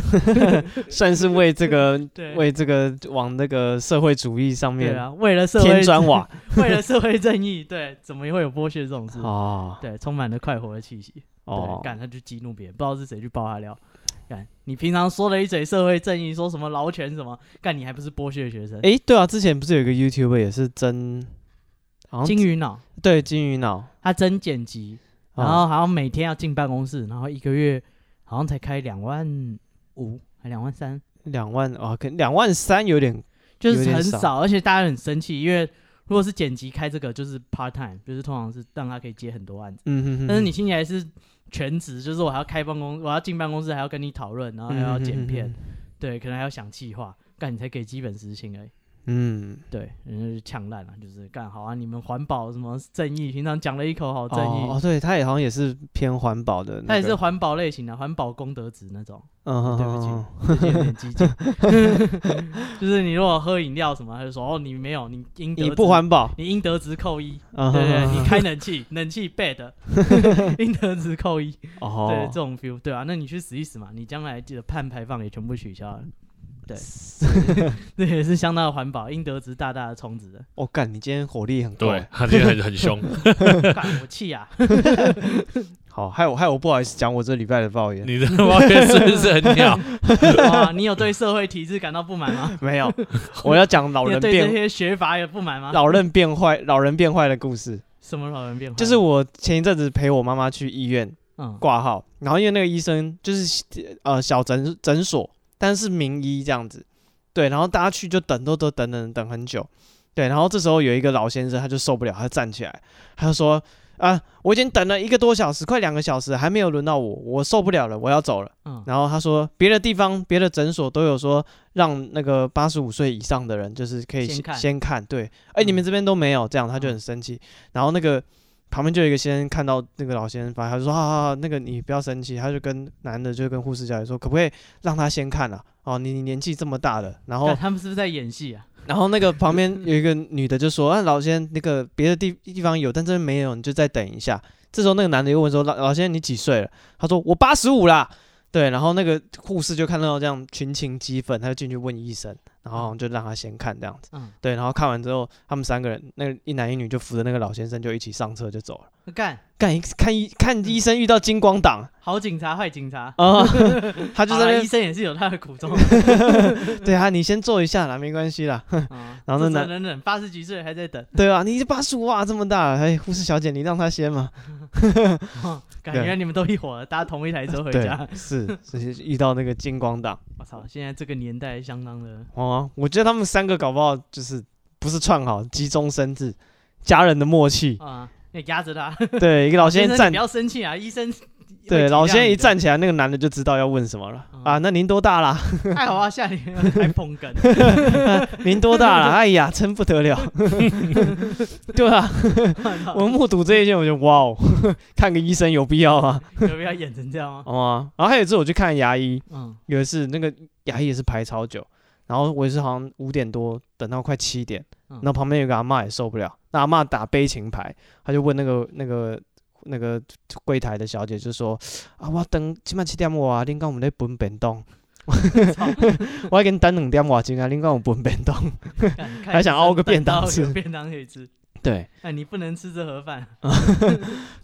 Speaker 1: 算是为这个
Speaker 2: 对，
Speaker 1: 为这个往那个社会主义上
Speaker 2: 对
Speaker 1: 面
Speaker 2: 啊，为了社
Speaker 1: 添
Speaker 2: 会，
Speaker 1: 砖瓦
Speaker 2: 为了社会正义，对，怎么会有剥削这种事？
Speaker 1: 哦
Speaker 2: 对，充满了快活的气息。
Speaker 1: 哦
Speaker 2: 对，，干他就激怒别人，不知道是谁去爆他料。干，你平常说了一嘴社会正义，说什么劳权什么，干你还不是剥削学生？
Speaker 1: 诶，对啊，之前不是有一个 YouTuber 也是真，好像
Speaker 2: 金鱼脑，
Speaker 1: 对金鱼脑，
Speaker 2: 他真剪辑，然
Speaker 1: 哦
Speaker 2: 后好像每天要进办公室，然后一个月好像才开两万五还两万三，
Speaker 1: 两万啊，可两万三有点
Speaker 2: 就是
Speaker 1: 有
Speaker 2: 很
Speaker 1: 点
Speaker 2: 少，
Speaker 1: 少
Speaker 2: 而且大家很生气，因为如果是剪辑开这个就是 part time，就是通常是让他可以接很多案子，
Speaker 1: 嗯哼哼，
Speaker 2: 但是你听起来是全职，就是我还要开办公，我要进办公室还要跟你讨论，然后还要剪片，
Speaker 1: 嗯哼哼哼
Speaker 2: 对，可能还要想企划，干你才给基本时薪而已。
Speaker 1: 嗯，
Speaker 2: 对，人家就呛烂了，就是干好啊！你们环保什么正义，平常讲了一口好正义，
Speaker 1: 哦哦，对，他也好像也是偏环保的那个，
Speaker 2: 他也是环保类型的，环保功德值那种，
Speaker 1: 嗯哼
Speaker 2: 对
Speaker 1: 哼
Speaker 2: 不
Speaker 1: 哼
Speaker 2: 起最近有点激进。 就是你如果喝饮料什么，他就说哦，你没有，你应得
Speaker 1: 你
Speaker 2: 值
Speaker 1: 不，环保，
Speaker 2: 你应得值 扣一，
Speaker 1: 嗯
Speaker 2: 对
Speaker 1: 哼
Speaker 2: 不对？
Speaker 1: 哼
Speaker 2: 你
Speaker 1: 哼
Speaker 2: 开冷气，冷 气 bad，应得值扣一，对
Speaker 1: 哦
Speaker 2: 这，种 feel，对啊，那你去死一死嘛，你将来记得碳排放也全部取消了。对， 这也是相当的环保，应得值大大的充 值的。
Speaker 1: 我哦干，你今天火力很够
Speaker 3: 对，，他今天很很凶，
Speaker 2: 干我气啊！
Speaker 1: 好，害我害我不好意思讲我这礼拜的抱怨，
Speaker 3: 你的抱怨是不是很鸟？
Speaker 2: 哇，你有对社会体制感到不满吗？
Speaker 1: 没 有，我要讲老
Speaker 2: 你有
Speaker 1: 人
Speaker 2: 对这
Speaker 1: 变
Speaker 2: 些学法有不满吗？
Speaker 1: 老人变坏老人变坏的故事，
Speaker 2: 什么老人变坏？
Speaker 1: 就是我前一阵子陪我妈妈去医院
Speaker 2: 嗯
Speaker 1: 挂号，然后因为那个医生就是呃小诊诊所，但是名医这样子，对，然后大家去就等都都等等等很久，对，然后这时候有一个老先生他就受不了，他站起来，他就说啊，我已经等了一个多小时，快两个小时，还没有轮到我，我受不了了，我要走了。
Speaker 2: 嗯
Speaker 1: 然后他说别的地方别的诊所都有说让那个八十五岁以上的人就是可以
Speaker 2: 先看嗯
Speaker 1: 先看，对，哎、你们这边都没有，这样他就很生气。然后那个旁边就有一个先生看到那个老先生发，他就说：“好好好，那个你不要生气。”他就跟男的就跟护士小姐说：“可不可以让他先看啊？哦，你你年纪这么大了。”然后
Speaker 2: 干他们是不是在演戏啊？
Speaker 1: 然后那个旁边有一个女的就说：“啊，老先生，那个别的地地方有，但这边没有，你就再等一下。”这时候那个男的又问说：“老老先生，你几岁了？”他说：“我八十五啦。”对，然后那个护士就看到这样群情激愤，他就进去问医生，然后好像就让他先看这样子。
Speaker 2: 嗯，
Speaker 1: 对，然后看完之后，他们三个人，那个一男一女就扶着那个老先生就一起上车就走了。
Speaker 2: 干
Speaker 1: 干一看医看医生遇到金光党
Speaker 2: 好警察坏警察，
Speaker 1: 啊，他就
Speaker 2: 嗯好
Speaker 1: 在
Speaker 2: 啦
Speaker 1: 那
Speaker 2: 医
Speaker 1: 边
Speaker 2: 生也是有他的苦衷。
Speaker 1: 对啊，你先坐一下啦，没关系啦，
Speaker 2: 嗯
Speaker 1: 然后那
Speaker 2: 这
Speaker 1: 男
Speaker 2: 忍忍，八十几岁还在等，
Speaker 1: 对啊，你八十五啊这么大了，哎，护士小姐你让他先嘛，
Speaker 2: 哦感
Speaker 1: 对
Speaker 2: 觉你们都一伙的，搭同一台车回
Speaker 1: 对
Speaker 2: 家。，
Speaker 1: 是是遇到那个金光党
Speaker 2: 我操，现在这个年代相当的，
Speaker 1: 哦，我觉得他们三个搞不好就是不是串好，急中生智，家人的默契，
Speaker 2: 啊，那压着他。
Speaker 1: 对，一个老先
Speaker 2: 先
Speaker 1: 生
Speaker 2: 生，你
Speaker 1: 站
Speaker 2: 不。要生气啊，医生。
Speaker 1: 对，老先生
Speaker 2: 生
Speaker 1: 一，站起来，那个男的就知道要问什么了、
Speaker 2: 嗯
Speaker 1: 啊！那您多大啦？
Speaker 2: 太好啊，下年还捧哏。
Speaker 1: 您多大 了？哎呀，真不得了！对啊，我目睹这一件，我就哇哦， 看个医生有必要吗？
Speaker 2: 有必要演成这样吗？
Speaker 1: 好吗？然后还有一次我去看牙医，
Speaker 2: 嗯，
Speaker 1: 有一次那个牙医也是排超久，然后我也是好像五点多等到快七点，
Speaker 2: 嗯
Speaker 1: 然后旁边有个阿嬷也受不了，那阿嬷打悲情牌，她就问那个那个。那个柜台的小姐就说：“啊，我等今晚七点外啊，恁讲我们在分便当，
Speaker 2: 操
Speaker 1: 我还给你等两点外钟啊，恁讲我分便当。
Speaker 2: 干
Speaker 1: 还想凹个便当
Speaker 2: 看医生
Speaker 1: 吃
Speaker 2: 有便当可以吃。”
Speaker 1: 对，
Speaker 2: 哎，你不能吃这盒饭，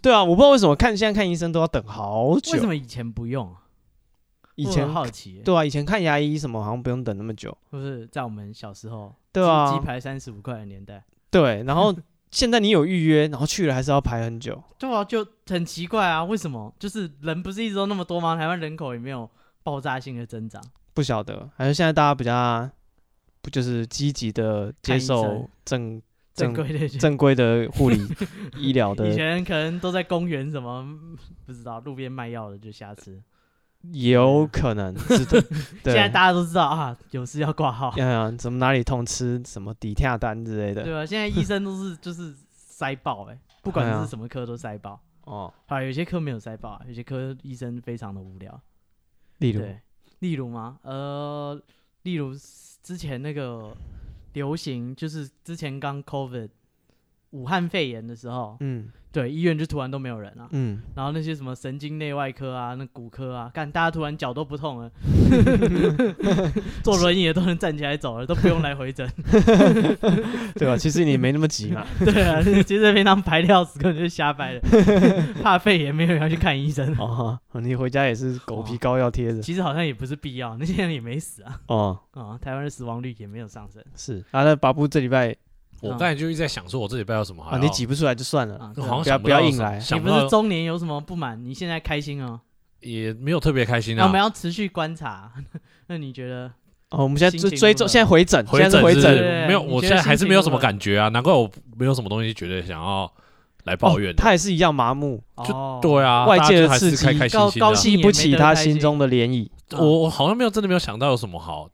Speaker 1: 对啊，我不知道为什么看现在看医生都要等好久。
Speaker 2: 为什么以前不用？
Speaker 1: 哦
Speaker 2: 啊
Speaker 1: 以
Speaker 2: 我
Speaker 1: 前
Speaker 2: 很好奇，
Speaker 1: 对啊，以前看牙医什么好像不用等那么久。
Speaker 2: 就是在我们小时候，
Speaker 1: 对啊
Speaker 2: 鸡鸡排三十五块的年代，
Speaker 1: 对，然后现在你有预约，然后去了还是要排很久。
Speaker 2: 对啊，就很奇怪啊，为什么？就是人不是一直都那么多吗？台湾人口也没有爆炸性的增长，
Speaker 1: 不晓得，还是现在大家比较不就是积极的接
Speaker 2: 看医生
Speaker 1: 受正正
Speaker 2: 正规的就。
Speaker 1: 正规的护 理医疗
Speaker 2: 以
Speaker 1: 的
Speaker 2: 前可能都在公园什么，嗯不知道路边卖药的就瞎吃。
Speaker 1: 有可 能是的。对，
Speaker 2: 啊现在大家都知道啊，有事要挂号，
Speaker 1: 嗯，怎么哪里痛吃什么底下单之类
Speaker 2: 对
Speaker 1: 的。
Speaker 2: 吧、现在医生都是就是塞爆哎、不管
Speaker 1: 对
Speaker 2: 是
Speaker 1: 啊
Speaker 2: 什么科都塞爆。
Speaker 1: 哦，
Speaker 2: 啊，有些科没有塞爆啊，有些科医生非常的无聊。
Speaker 1: 例如
Speaker 2: 对，例如吗？呃，例如之前那个流行，就是之前刚 COVID 武汉肺炎的时候，
Speaker 1: 嗯
Speaker 2: 对医院就突然都没有人了、啊
Speaker 1: 嗯，
Speaker 2: 然后那些什么神经内外科啊、那骨科啊，干大家突然脚都不痛 了，坐轮椅的都能站起来走了，都不用来回诊。
Speaker 1: 对啊吧？其实你没那么急 嘛，
Speaker 2: 对啊，其实平常排料死根本就是瞎掰的， 怕肺炎没有人要去看医生。
Speaker 1: 哦，你回家也是狗
Speaker 2: 哦
Speaker 1: 皮膏药贴着，
Speaker 2: 其实好像也不是必要，那些人也没死啊，
Speaker 1: 哦，
Speaker 2: 啊，台湾的死亡率也没有上升
Speaker 1: 是。啊，那巴布这礼
Speaker 2: 哎
Speaker 1: 拜
Speaker 3: 我刚才就一直在想说，我这礼拜有什么好
Speaker 1: 啊，
Speaker 3: 要？
Speaker 1: 你挤不出来就算了，
Speaker 2: 啊。
Speaker 3: 我
Speaker 2: 对啊
Speaker 3: 呃好像
Speaker 1: 不要不要
Speaker 3: 想到
Speaker 1: 硬
Speaker 3: 什么
Speaker 1: 来
Speaker 2: 你
Speaker 3: 想不
Speaker 2: 不是
Speaker 3: 到
Speaker 2: 中年有什么不满？你现在开心哦，
Speaker 3: 也没有特别开心
Speaker 2: 那我
Speaker 3: 啊
Speaker 2: 们。要持续观察。 那你觉得
Speaker 1: 哦，我们现在追
Speaker 2: 心情
Speaker 1: 追
Speaker 2: 如
Speaker 1: 踪，
Speaker 2: 何
Speaker 1: 现在回诊，
Speaker 3: 回
Speaker 1: 现在
Speaker 3: 诊
Speaker 1: 是回
Speaker 3: 是
Speaker 1: 诊，
Speaker 2: 对
Speaker 3: 没有，
Speaker 2: 你
Speaker 3: 我
Speaker 2: 觉
Speaker 3: 现
Speaker 2: 得
Speaker 3: 在还
Speaker 2: 心
Speaker 3: 是
Speaker 2: 情
Speaker 3: 没有
Speaker 2: 如
Speaker 3: 什么
Speaker 2: 何
Speaker 3: 感觉啊，难怪我没有什么东西觉得想要来抱怨
Speaker 1: 哦
Speaker 3: 的。
Speaker 1: 他也是一样麻木，
Speaker 3: 就
Speaker 2: 哦，
Speaker 3: 对啊，
Speaker 1: 外
Speaker 3: 大家
Speaker 1: 界的
Speaker 3: 就还是
Speaker 1: 刺激
Speaker 3: 开开心
Speaker 2: 高
Speaker 3: 心的啊
Speaker 2: 高兴
Speaker 1: 激不起他心中的涟漪。
Speaker 2: 啊
Speaker 3: 我我好像没有真的没有想到有什么好，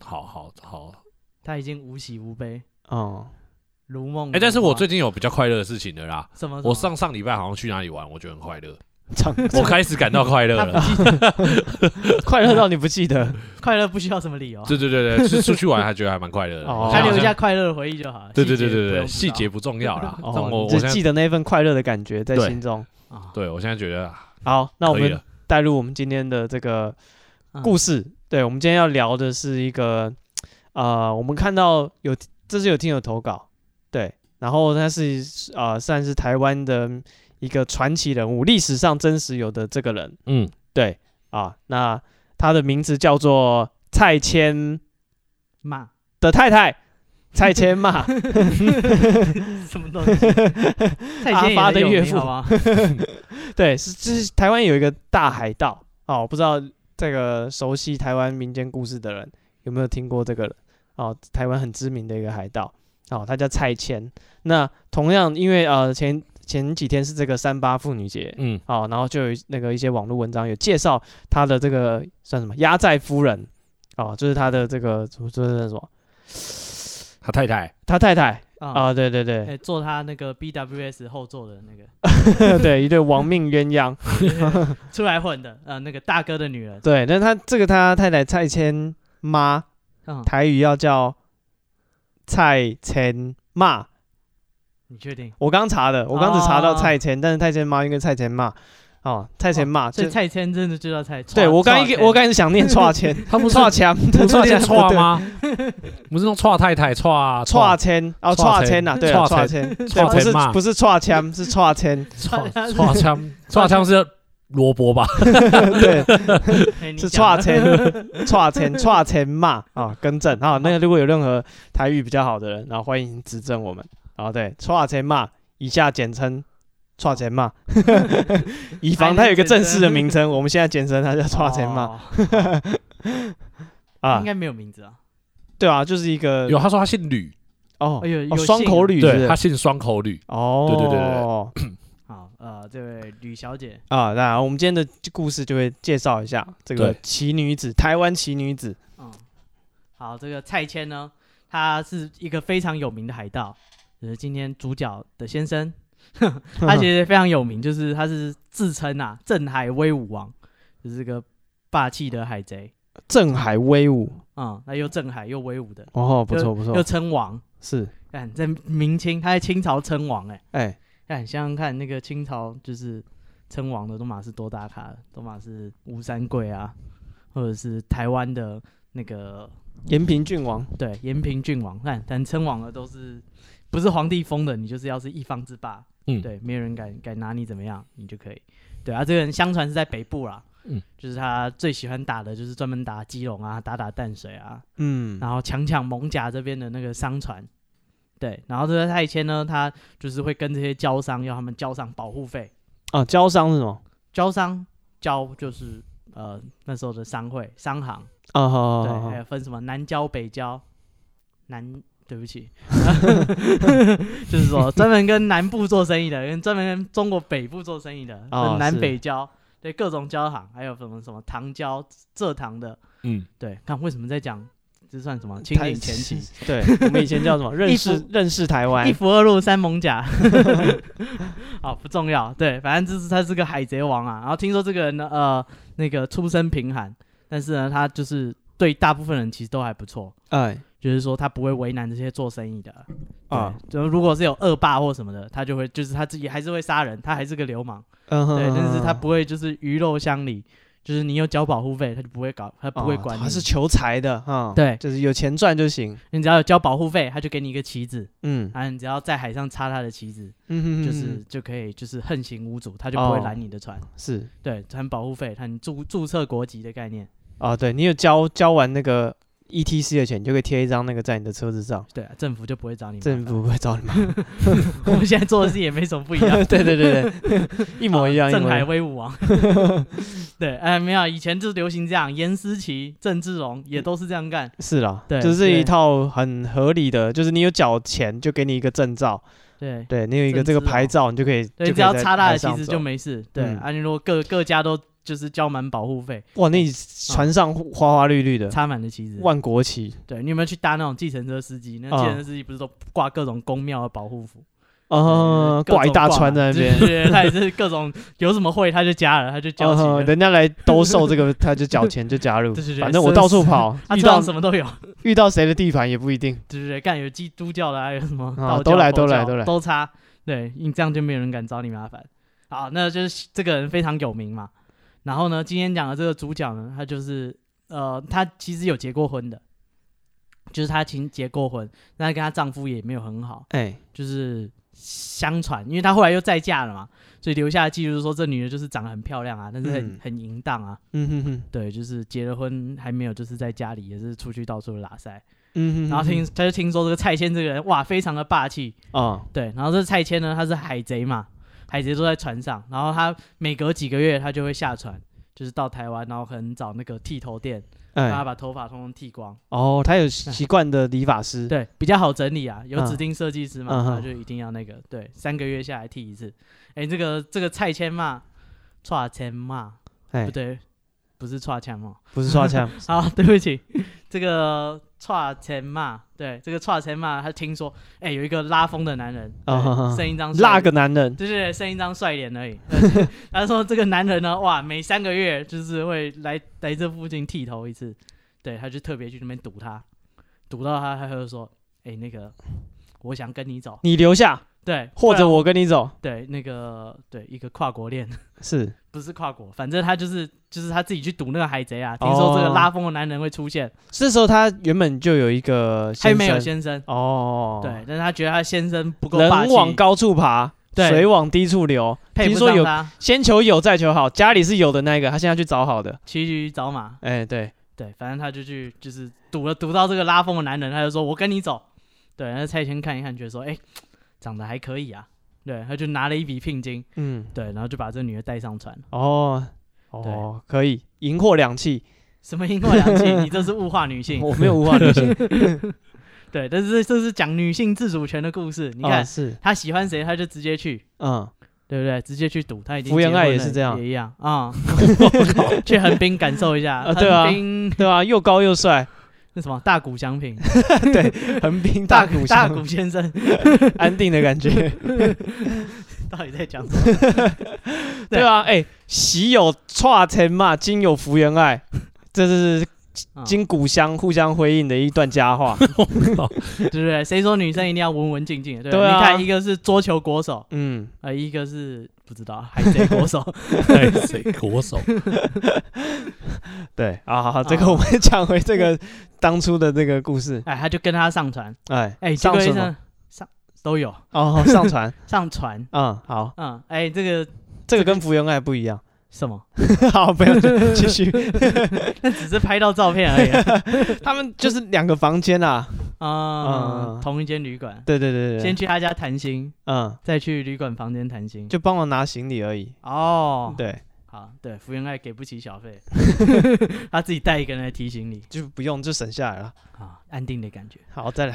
Speaker 3: 好好好。
Speaker 2: 他已经无喜无悲，
Speaker 1: 哦，
Speaker 2: 如梦如
Speaker 3: 哎、
Speaker 2: 花。
Speaker 3: 但是我最近有比较快乐的事情了啦。
Speaker 2: 什么？
Speaker 3: 我上上礼拜好像去哪里玩，我觉得很快乐，
Speaker 1: 唱
Speaker 3: 我开始感到快乐了。
Speaker 1: 快乐到你不记 得，
Speaker 2: 快乐不需要什么理由，
Speaker 3: 对对对对，是出去玩还觉得还蛮快乐的。
Speaker 1: 哦
Speaker 3: 我
Speaker 2: 他
Speaker 3: 现在好
Speaker 2: 哦留
Speaker 3: 像
Speaker 2: 下快乐的回忆就好了。
Speaker 3: 对对对
Speaker 2: 细节不
Speaker 3: 对对，
Speaker 2: 用
Speaker 3: 对
Speaker 2: 知道
Speaker 3: 细节不重要啦。但我
Speaker 1: 哦，
Speaker 3: 我
Speaker 1: 只
Speaker 3: 现在
Speaker 1: 记得那份快乐的感觉在
Speaker 3: 对
Speaker 1: 心中。
Speaker 2: 啊，
Speaker 3: 对我现在觉得啊
Speaker 1: 好，那我
Speaker 3: 可以
Speaker 1: 们
Speaker 3: 了。
Speaker 1: 带入我们今天的这个故事。对，我们今天要聊的是一个，呃，我们看到有这是有听友投稿，对，然后他是呃算是台湾的一个传奇人物，历史上真实有的这个人，
Speaker 3: 嗯，
Speaker 1: 对啊，那他的名字叫做蔡牵
Speaker 2: 骂
Speaker 1: 的太太蔡牵嘛，
Speaker 2: 什么东 西？蔡健
Speaker 1: 阿
Speaker 2: 也
Speaker 1: 发的
Speaker 2: 很有
Speaker 1: 岳
Speaker 2: 名
Speaker 1: 父
Speaker 2: 好吗？
Speaker 1: 对，是这是台湾有一个大海盗哦，我不知道这个熟悉台湾民间故事的人有没有听过这个人哦，台湾很知名的一个海盗哦，他叫蔡牵。那同样，因为呃前前几天是这个三八妇女节。
Speaker 3: 嗯，
Speaker 1: 哦，然后就有一那个一些网络文章有介绍他的这个算什么压寨夫人哦，就是他的这个就是什么
Speaker 3: 他太太
Speaker 1: 他太太 啊、
Speaker 2: 啊，
Speaker 1: 对对对，
Speaker 2: 哎，做他那个 BWS 后座的那个
Speaker 1: 对，一对亡命鸳鸯。
Speaker 2: 出来混的，呃，那个大哥的女人，
Speaker 1: 对，那他这个他太太蔡千妈，
Speaker 2: 嗯，
Speaker 1: 台语要叫蔡千妈。
Speaker 2: 你确定？
Speaker 1: 我刚查的，我刚只查到
Speaker 2: 哦
Speaker 1: 蔡千，但是蔡千妈应该蔡千骂。哦，蔡千骂，
Speaker 2: 所以
Speaker 1: 就
Speaker 2: 蔡千真的就叫蔡，
Speaker 1: 对
Speaker 2: 蔡
Speaker 1: 我刚一
Speaker 2: 蔡
Speaker 1: 个
Speaker 2: 千
Speaker 1: 我刚一直想念串千， 他不串墙，
Speaker 3: 不是
Speaker 1: 串
Speaker 3: 念
Speaker 1: 千
Speaker 3: 错？吗？不是弄错太太错啊
Speaker 1: 串千哦，
Speaker 3: 串
Speaker 1: 串
Speaker 3: 签
Speaker 1: 千呐，对啊，
Speaker 3: 串
Speaker 1: 串
Speaker 3: 签
Speaker 1: 千，对，
Speaker 3: 串
Speaker 1: 不
Speaker 3: 签
Speaker 1: 是
Speaker 3: 骂
Speaker 1: 不是串签，是串千，
Speaker 3: 错错枪错枪是萝卜吧？
Speaker 1: 对，
Speaker 2: 哎你
Speaker 1: 是串
Speaker 2: 讲的
Speaker 1: 签， 串签，串签骂啊，更正啊。那个如果有任何台语比较好的人，然后欢迎指正我们。啊，对，串签骂，以下简称串签骂，以防它有一个正式的名称，我们现在简称它叫串签骂
Speaker 2: 哦
Speaker 1: 啊
Speaker 2: 应。该没有名字啊。
Speaker 1: 对啊，就是一个
Speaker 3: 有他说他姓吕，
Speaker 1: 哦
Speaker 2: 哎呦，有
Speaker 1: 哦双
Speaker 2: 姓
Speaker 1: 口吕是不
Speaker 3: 对他
Speaker 1: 是？
Speaker 3: 姓双口吕，
Speaker 1: 哦，
Speaker 3: 对对对对
Speaker 1: 对
Speaker 2: 好，呃，这位吕小姐，
Speaker 1: 啊，那我们今天的故事就会介绍一下这个
Speaker 3: 对
Speaker 1: 奇女子，台湾奇女子。
Speaker 2: 嗯，好，这个蔡千呢，他是一个非常有名的海盗，就是今天主角的先生， 他其实非常有名，就是他是自称啊镇海威武王，就是个霸气的海贼，
Speaker 1: 镇海威武，
Speaker 2: 嗯，那又镇海又威武的，
Speaker 1: 哦，不错不
Speaker 2: 又
Speaker 1: 错，
Speaker 2: 称王，
Speaker 1: 是，
Speaker 2: 看在明清，他在清朝称王、哎。
Speaker 1: 哎，
Speaker 2: 哎，想想看，那个清朝就是称王的都马是多大咖的，都马是吴三桂啊，或者是台湾的那个
Speaker 1: 延平郡王。
Speaker 2: 对延平郡王，看但称王的都是不是皇帝封的，你就是要是一方之霸，
Speaker 3: 嗯
Speaker 2: 对，没有人敢敢拿你怎么样，你就可以。对啊，这个人相传是在北部啦，
Speaker 3: 嗯，
Speaker 2: 就是他最喜欢打的就是专门打基隆啊，打打淡水啊，
Speaker 1: 嗯，
Speaker 2: 然后抢抢蒙甲这边的那个商船。对，然后这个太谦呢，他就是会跟这些交商要他们交上保护费，
Speaker 1: 啊，交商是什么？
Speaker 2: 招商交就是呃那时候的商会商行，
Speaker 1: 啊，好好
Speaker 2: 对，
Speaker 1: 好
Speaker 2: 还
Speaker 1: 好，
Speaker 2: 有分什么南交北交，南对 不起，就是说专门跟南部做生意的，跟专门跟中国北部做生意的，
Speaker 1: 哦
Speaker 2: 分南
Speaker 1: 是
Speaker 2: 北交，对各种交行，还有什么什么唐交、浙唐的，
Speaker 3: 嗯，
Speaker 2: 对，看为什么在讲这算什么清
Speaker 1: 台
Speaker 2: 领 前期。，
Speaker 1: 对我们以前叫什么？认识认识台湾
Speaker 2: 一府二路三艋甲， 好不重要，对，反正就是他是个海贼王啊。然后听说这个人呢，呃，那个出身贫寒，但是呢，他就是对大部分人其实都还不错，
Speaker 1: 哎
Speaker 2: 就是说他不会为难这些做生意的
Speaker 1: 啊，
Speaker 2: 对就如果是有恶霸或什么的，他就会就是他自己还是会杀人，他还是个流氓，
Speaker 1: 嗯哼，
Speaker 2: 对，但是他
Speaker 1: 嗯
Speaker 2: 不会就是鱼肉乡里，就是你有交保护费，他就不会搞，他
Speaker 1: 哼
Speaker 2: 不会管
Speaker 1: 哦
Speaker 2: 你，
Speaker 1: 他是求财的哈，
Speaker 2: 对
Speaker 1: 就是有钱赚就行，
Speaker 2: 你只要有交保护费，他就给你一个旗子，
Speaker 1: 嗯
Speaker 2: 啊，你只要在海上插他的旗子，
Speaker 1: 嗯哼，
Speaker 2: 就是就可以就是横行无阻，他就不会
Speaker 1: 哦
Speaker 2: 拦你的船，
Speaker 1: 是
Speaker 2: 对，谈保护费，谈注注册国籍的概念，
Speaker 1: 啊，对你有交交完那个 E T C 的钱，你就可以贴一张那个在你的车子上，
Speaker 2: 对啊，政府就不会找你麻烦。
Speaker 1: 政府不会找你 麻
Speaker 2: 我们现在做的事也没什么不一样，
Speaker 1: 烦，对对对对， 一模一样，一
Speaker 2: 镇
Speaker 1: 模一
Speaker 2: 啊海
Speaker 1: 样
Speaker 2: 威 武王。对，哎、没有，以前就是流行这样，严思琪、郑志荣也都是这样干。
Speaker 1: 是啦，
Speaker 2: 对
Speaker 1: 就是这一
Speaker 2: 对
Speaker 1: 套很合理的，就是你有缴钱就给你一个证照，
Speaker 2: 对，
Speaker 1: 对你有一个这个
Speaker 2: 证照
Speaker 1: 牌照，你就可以，
Speaker 2: 哦对，
Speaker 1: 就
Speaker 2: 你只
Speaker 1: 可以
Speaker 2: 要
Speaker 1: 在
Speaker 2: 插他
Speaker 1: 海
Speaker 2: 的旗
Speaker 1: 上
Speaker 2: 子
Speaker 1: 走
Speaker 2: 就没事。对，
Speaker 1: 嗯
Speaker 2: 啊，你如果各各家都就是交满保护费，
Speaker 1: 哇，那你船上花花绿绿的，
Speaker 2: 嗯插满了旗子。
Speaker 1: 万国旗
Speaker 2: 对，你有没有去搭那种计程车司机？那
Speaker 1: 啊
Speaker 2: 计程车司机不是都挂各种公庙的保护符，
Speaker 1: 啊，
Speaker 2: 嗯各种
Speaker 1: 挂一大串在那边
Speaker 2: 对，对对他也是各种有什么会他就加了，他就 交
Speaker 1: 嗯
Speaker 2: 起
Speaker 1: 哼
Speaker 2: 了。
Speaker 1: 人家来兜售这 个，他就缴钱就加入
Speaker 2: 对对，对
Speaker 1: 反正我到处跑，
Speaker 2: 他
Speaker 1: 遇
Speaker 2: 车上
Speaker 1: 到
Speaker 2: 什么都有，
Speaker 1: 遇到谁的地盘也不一定。
Speaker 2: 对对对，干有基督教的、啊，有什么
Speaker 1: 啊
Speaker 2: 道教、
Speaker 1: 都来
Speaker 2: 佛
Speaker 1: 都来
Speaker 2: 教
Speaker 1: 都来
Speaker 2: 都差，对，你这样就没有人敢找你麻烦。好，那就是这个人非常有名嘛。然后呢，今天讲的这个主角呢，他就是呃，他其实有结过婚的，就是他其实结过婚，但他跟她丈夫也没有很好，
Speaker 1: 哎，
Speaker 2: 就是相传，因为他后来又再嫁了嘛，所以留下的记录就是说这女的就是长得很漂亮啊，但是很、
Speaker 1: 嗯
Speaker 2: 很淫荡啊，
Speaker 1: 嗯哼哼，
Speaker 2: 对，就是结了婚还没有就是在家里也是出去到处拉塞。
Speaker 1: 嗯哼哼，
Speaker 2: 然后听他就听说这个蔡牵这个人哇，非常的霸气，
Speaker 1: 啊，
Speaker 2: 对。然后这蔡牵呢，他是海贼嘛，海贼都在船上，然后他每隔几个月他就会下船，就是到台湾，然后可能找那个剃头店，帮他
Speaker 1: 哎，
Speaker 2: 把头发通通剃光，
Speaker 1: 哦，他有习惯的理发师，
Speaker 2: 哎对，比较好整理啊，有
Speaker 1: 嗯
Speaker 2: 指定设计师
Speaker 1: 嗯
Speaker 2: 嘛，
Speaker 1: 哼
Speaker 2: 他就一定要那个，对，三个月下来剃一次。哎，这个这个蔡牵嘛，蔡牵嘛，
Speaker 1: 哎
Speaker 2: 不，对，不是蔡牵嘛，
Speaker 1: 不是刷 枪，
Speaker 2: 好，对不起，这个串钱嘛，对，这个串钱嘛，他听说，哎、有一个拉风的男人，对
Speaker 1: 啊哈 哈
Speaker 2: 剩一张帅
Speaker 1: 那个，男人，
Speaker 2: 对对对，剩一张帅脸而已。 但是他说这个男人呢，哇，每三个月就是会来来这附近剃头一次，对，他就特别去那边堵他，堵到他，他就说，哎、那个，我想跟你走，
Speaker 1: 你留下，
Speaker 2: 对，啊
Speaker 1: 或
Speaker 2: 不
Speaker 1: 者
Speaker 2: 然
Speaker 1: 我跟你走，
Speaker 2: 对那个对一个跨国恋。
Speaker 1: 是，
Speaker 2: 不是跨国，反正他就是就是他自己去赌那个海贼啊。听说这个
Speaker 1: 哦
Speaker 2: 拉风的男人会出现，
Speaker 1: 这时候他原本就有一个
Speaker 2: 还
Speaker 1: 先
Speaker 2: 没有
Speaker 1: 生，
Speaker 2: 先生，
Speaker 1: 哦，
Speaker 2: 对，，但是他觉得他先生不够霸
Speaker 1: 人
Speaker 2: 气，
Speaker 1: 往高处爬，
Speaker 2: 对
Speaker 1: 水往低处流，
Speaker 2: 配
Speaker 1: 听
Speaker 2: 不
Speaker 1: 说
Speaker 2: 上
Speaker 1: 有
Speaker 2: 他，
Speaker 1: 先求有再求好，家里是有的那一个，他现在去找好的，
Speaker 2: 骑驴找马，
Speaker 1: 哎，对，
Speaker 2: 对，反正他就去就是赌了赌到这个拉风的男人，他就说我跟你走，对，然后蔡谦看一看，觉得说哎、长得还可以啊，对，他就拿了一笔聘金，
Speaker 1: 嗯。
Speaker 2: 对，然后就把这女的带上船，
Speaker 1: 哦
Speaker 2: 对
Speaker 1: 哦，可以赢货两气，
Speaker 2: 什么因果两气，你这是物化女性，
Speaker 1: 我没有无法理解。
Speaker 2: 对，但是这是讲女性自主权的故事，你
Speaker 1: 啊
Speaker 2: 看、
Speaker 1: 是，
Speaker 2: 他喜欢谁，他就直接去，
Speaker 1: 嗯，
Speaker 2: 对不对？直接去赌，他已经
Speaker 1: 福原
Speaker 2: 结婚
Speaker 1: 爱也
Speaker 2: 了
Speaker 1: 是这样
Speaker 2: 也一样啊。去横滨感受一下，
Speaker 1: 啊对啊
Speaker 2: 横滨
Speaker 1: 对啊，又高又帅，
Speaker 2: 那什么大谷翔平，
Speaker 1: 横滨
Speaker 2: 大
Speaker 1: 谷
Speaker 2: 大
Speaker 1: 相
Speaker 2: 谷先生
Speaker 1: 安定的感觉。
Speaker 2: 到底在讲什么？对
Speaker 1: 对啊，哎，喜有跨城嘛，今有福原爱， 这是
Speaker 2: 啊
Speaker 1: 今古相互相辉映的一段佳话。
Speaker 2: 对不对？谁说女生一定要文文静静的？对不
Speaker 1: 对啊
Speaker 2: 你看一个是桌球国手，
Speaker 1: 嗯，
Speaker 2: 呃，一个是不知道海贼国手，
Speaker 3: 哎谁国手？
Speaker 1: 对，啊，好好，这个我们讲回这个当初的这个故事。
Speaker 2: 哎，他就跟他上船，
Speaker 1: 哎
Speaker 2: 哎，这
Speaker 1: 上
Speaker 2: 个
Speaker 1: 什么？
Speaker 2: 上上都有
Speaker 1: 哦，上船。
Speaker 2: 上船，
Speaker 1: 嗯，好，
Speaker 2: 嗯，哎，这个
Speaker 1: 这个跟福原爱不一 样。
Speaker 2: 什么？
Speaker 1: 好，不要继 续。
Speaker 2: 那只是拍到照片而已啊
Speaker 1: 他们就是两个房间啦。
Speaker 2: 啊，
Speaker 1: 嗯
Speaker 2: 同一间旅馆，
Speaker 1: 对对对对，
Speaker 2: 先去他家谈心，
Speaker 1: 嗯，
Speaker 2: 再去旅馆房间谈心。
Speaker 1: 就帮忙拿行李而已。
Speaker 2: 哦，
Speaker 1: 对，
Speaker 2: 好，对，福原爱给不起小费， 他自己带一个人来提醒你
Speaker 1: 就不用就省下来了。
Speaker 2: 啊，安定的感觉。
Speaker 1: 好，再 来，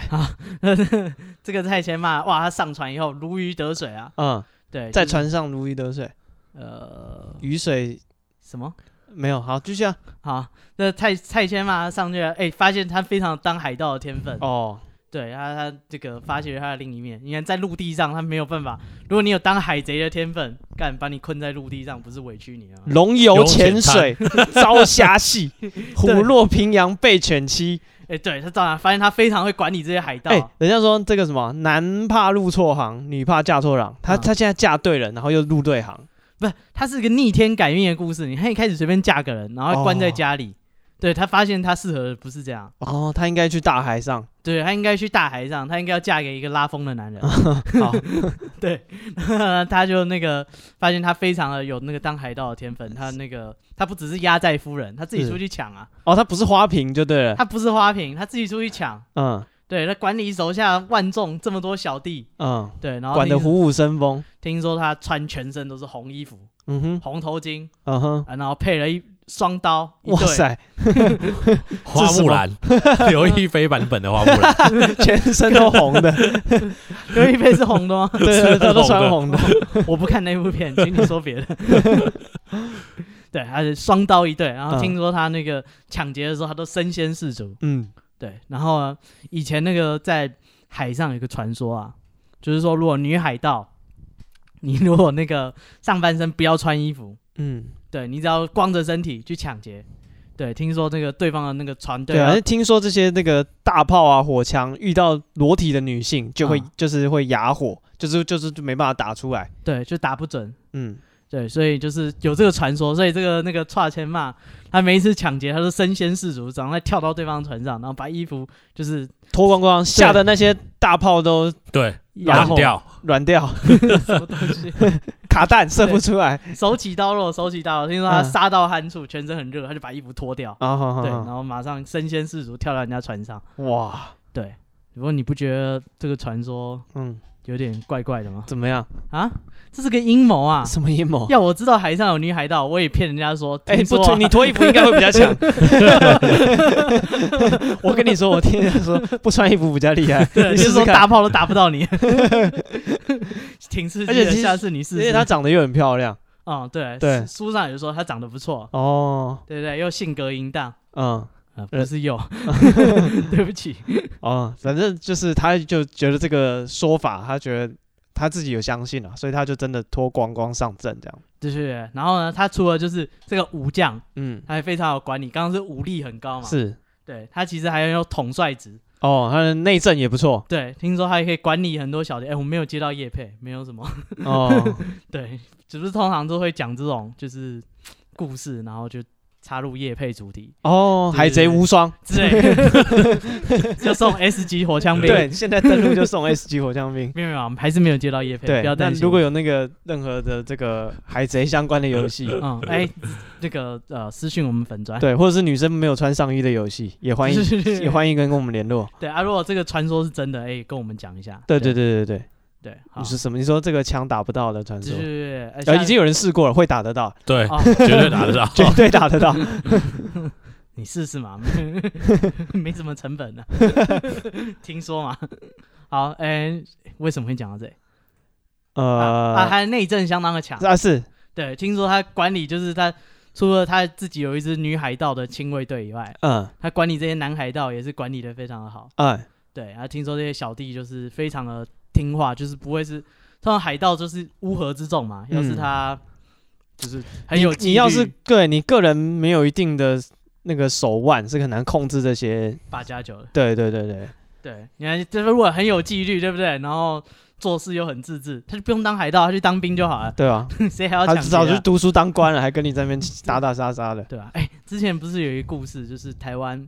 Speaker 2: 这个蔡千嘛，哇，他上船以后如鱼得水啊，
Speaker 1: 嗯，
Speaker 2: 对，
Speaker 1: 在
Speaker 2: 就是
Speaker 1: 船上如鱼得水，
Speaker 2: 呃
Speaker 1: 雨水
Speaker 2: 什么？
Speaker 1: 没有。好，啊就这样。
Speaker 2: 好，那蔡蔡千嘛上去了，哎，发现他非常有当海盗的天分，
Speaker 1: 哦，
Speaker 2: 对，他他这个发掘他的另一面。你看在陆地上，他没有办法。如果你有当海贼的天分，干把你困在陆地上，不是委屈你了啊吗？
Speaker 1: 龙游潜水， 朝虾戏，虎落平阳被犬欺。
Speaker 2: 哎、对他当然发现他非常会管理这些海盗。
Speaker 1: 哎、人家说这个什么男怕入错行，女怕嫁错郎。他、
Speaker 2: 嗯
Speaker 1: 他现在嫁对人，然后又入对行。
Speaker 2: 不是，他是一个逆天改命的故事。你看一开始随便嫁个人，然后关在家里，对他发现他适合的不是这样，
Speaker 1: 哦，他应该去大海上。
Speaker 2: 对他应该去大海上，他应该要嫁给一个拉风的男人。
Speaker 1: 啊好，
Speaker 2: 对，他就那个发现他非常的有那个当海盗的天分。他那个他不只是压寨夫人，他自己出去抢啊，
Speaker 1: 哦，他不是花瓶就对了。
Speaker 2: 他不是花瓶，他自己出去抢。
Speaker 1: 嗯
Speaker 2: 对他管理手下万众这么多小弟，
Speaker 1: 嗯，
Speaker 2: 对，然后
Speaker 1: 管得
Speaker 2: 听
Speaker 1: 虎虎生风。
Speaker 2: 听说他穿全身都是红衣服、
Speaker 1: 嗯哼，
Speaker 2: 红头巾
Speaker 1: 嗯哼，
Speaker 2: 啊，然后配了一双刀，一
Speaker 1: 哇
Speaker 2: 对，
Speaker 1: 塞，
Speaker 3: 花木兰，刘亦菲版本的花木兰，
Speaker 1: 全身都红 的，
Speaker 2: 刘亦菲是红的吗？
Speaker 1: 对对，他都穿红的。
Speaker 2: 我不看那部片，请你说别的。 对，他是双刀一对，然后
Speaker 1: 嗯
Speaker 2: 听说他那个抢劫的时候，他都身先士卒。
Speaker 1: 嗯，
Speaker 2: 对，然后呢以前那个在海上有一个传说啊，就是说如果女海盗，你如果那个上半身不要穿衣服，
Speaker 1: 嗯，
Speaker 2: 对你只要光着身体去抢劫，对，听说那个对方的那个船队
Speaker 1: 对
Speaker 2: 要
Speaker 1: 啊，听说这些那个大炮啊、火枪遇到裸体的女性，就会、
Speaker 2: 嗯
Speaker 1: 就是会哑火，就是就是就没办法打出来。
Speaker 2: 对就打不准，
Speaker 1: 嗯，
Speaker 2: 对，所以就是有这个传说，所以这个那个岔千嘛，他每一次抢劫，他都身先士卒，然后再跳到对方船上，然后把衣服就是
Speaker 1: 脱光光，吓得那些大炮都
Speaker 3: 对，
Speaker 1: 哑
Speaker 3: 烂
Speaker 1: 火
Speaker 3: 掉，
Speaker 1: 软掉，
Speaker 2: 什么东西，
Speaker 1: 卡弹射不出来。
Speaker 2: 手起刀落，手起刀落。听说他
Speaker 1: 嗯
Speaker 2: 杀到寒处，全身很热，他就把衣服脱掉，
Speaker 1: 啊，好好
Speaker 2: 对，然
Speaker 1: 好
Speaker 2: 后马上身先士卒跳到人家船上。
Speaker 1: 哇，
Speaker 2: 对，不过你不觉得这个传说
Speaker 1: 嗯，
Speaker 2: 有点怪怪的吗？
Speaker 1: 怎么样？
Speaker 2: 啊，这是个阴谋啊！
Speaker 1: 什么阴谋？
Speaker 2: 要我知道海上有女海盗，我也骗人家说，
Speaker 1: 哎、
Speaker 2: 听
Speaker 1: 不
Speaker 2: 说啊
Speaker 1: 脱你脱衣服应该会比较强。 我跟你说，我听人家说不穿衣服比较厉害，
Speaker 2: 对，
Speaker 1: 你
Speaker 2: 就是
Speaker 1: 试试
Speaker 2: 说
Speaker 1: 看
Speaker 2: 打。炮都打不到 你，挺刺激
Speaker 1: 而且
Speaker 2: 的。
Speaker 1: 其实
Speaker 2: 下次你试
Speaker 1: 而
Speaker 2: 试。
Speaker 1: 且她长得又很漂亮
Speaker 2: 嗯，对
Speaker 1: 对
Speaker 2: 书书上有说他长得不错，
Speaker 1: 哦，
Speaker 2: 对不对？又性格淫荡
Speaker 1: 嗯
Speaker 2: 啊，不 是又，对不起，
Speaker 1: 哦，反正就是他就觉得这个说法，他觉得他自己有相信啊，所以他就真的脱光光上阵这样。
Speaker 2: 就是。然后呢，他除了就是这个武将，
Speaker 1: 嗯，
Speaker 2: 他还非常有管理，刚刚是武力很高嘛，，
Speaker 1: 是
Speaker 2: 对他其实还有统帅职，
Speaker 1: 哦，他的内政也不错
Speaker 2: 对，听说他还可以管理很多小弟。哎，我没有接到叶配，没有什么，
Speaker 1: 哦，
Speaker 2: 对，只是通常都会讲这种就是故事，然后就插入叶配主题。
Speaker 1: 哦，海贼无双，
Speaker 2: 之类的， 就送 S 级火枪兵。
Speaker 1: 对，现在登录就送 S 级火枪兵。
Speaker 2: 没有没有，我们还是没有接到叶配，
Speaker 1: 对
Speaker 2: 不要，
Speaker 1: 那
Speaker 2: 担心。
Speaker 1: 如果有那个任何的这个海贼相关的游戏，
Speaker 2: 嗯，哎，那个呃，私讯我们粉砖。
Speaker 1: 对，或者是女生没有穿上衣的游戏，也欢迎， 也
Speaker 2: 迎。
Speaker 1: 欢迎跟跟我们联络。
Speaker 2: 对啊，如果这个传说是真的，哎，跟我们讲一下。
Speaker 1: 对对对
Speaker 2: 对
Speaker 1: 对对，
Speaker 2: 对，好
Speaker 1: 你，是什么？你说这个枪打不到的传
Speaker 2: 就
Speaker 1: 说，
Speaker 2: 是哎
Speaker 1: 呃，
Speaker 2: 下
Speaker 1: 已经有人试过了，会打 得到，
Speaker 3: 对，
Speaker 2: 哦，
Speaker 3: 绝对打得到。
Speaker 1: 绝对打得 到。
Speaker 2: 你试试嘛， 没什么成 本的，啊听说嘛。好，哎，为什么会讲到这里？啊啊，
Speaker 1: 呃，
Speaker 2: 他的内政相当的强。
Speaker 1: 啊是，
Speaker 2: 对，听说他管理就是他，除了他自己有一支女海盗的亲卫队以外，
Speaker 1: 嗯
Speaker 2: 他管理这些南海盗也是管理的非常的好。
Speaker 1: 嗯，
Speaker 2: 对，然后听说这些小弟就是非常的听话，就是不会是通常海盗就是乌合之众嘛，要是
Speaker 1: 嗯
Speaker 2: 他就是很
Speaker 1: 你
Speaker 2: 有纪
Speaker 1: 你要
Speaker 2: 律
Speaker 1: 是对你个人没有一定的那个手腕，是很难控制这些。
Speaker 2: 八加九的，
Speaker 1: 对对对对，
Speaker 2: 对，你看就是如果很有纪律，对不对？然后做事又很自制，他就不用当海盗，他去当兵就好 了，
Speaker 1: 对啊，
Speaker 2: 谁还要
Speaker 1: 他
Speaker 2: 抢劫啊、
Speaker 1: 早就读书当官了，还跟你在那边打打杀杀的。
Speaker 2: 对吧、哎，之前不是有一个故事，就是台湾《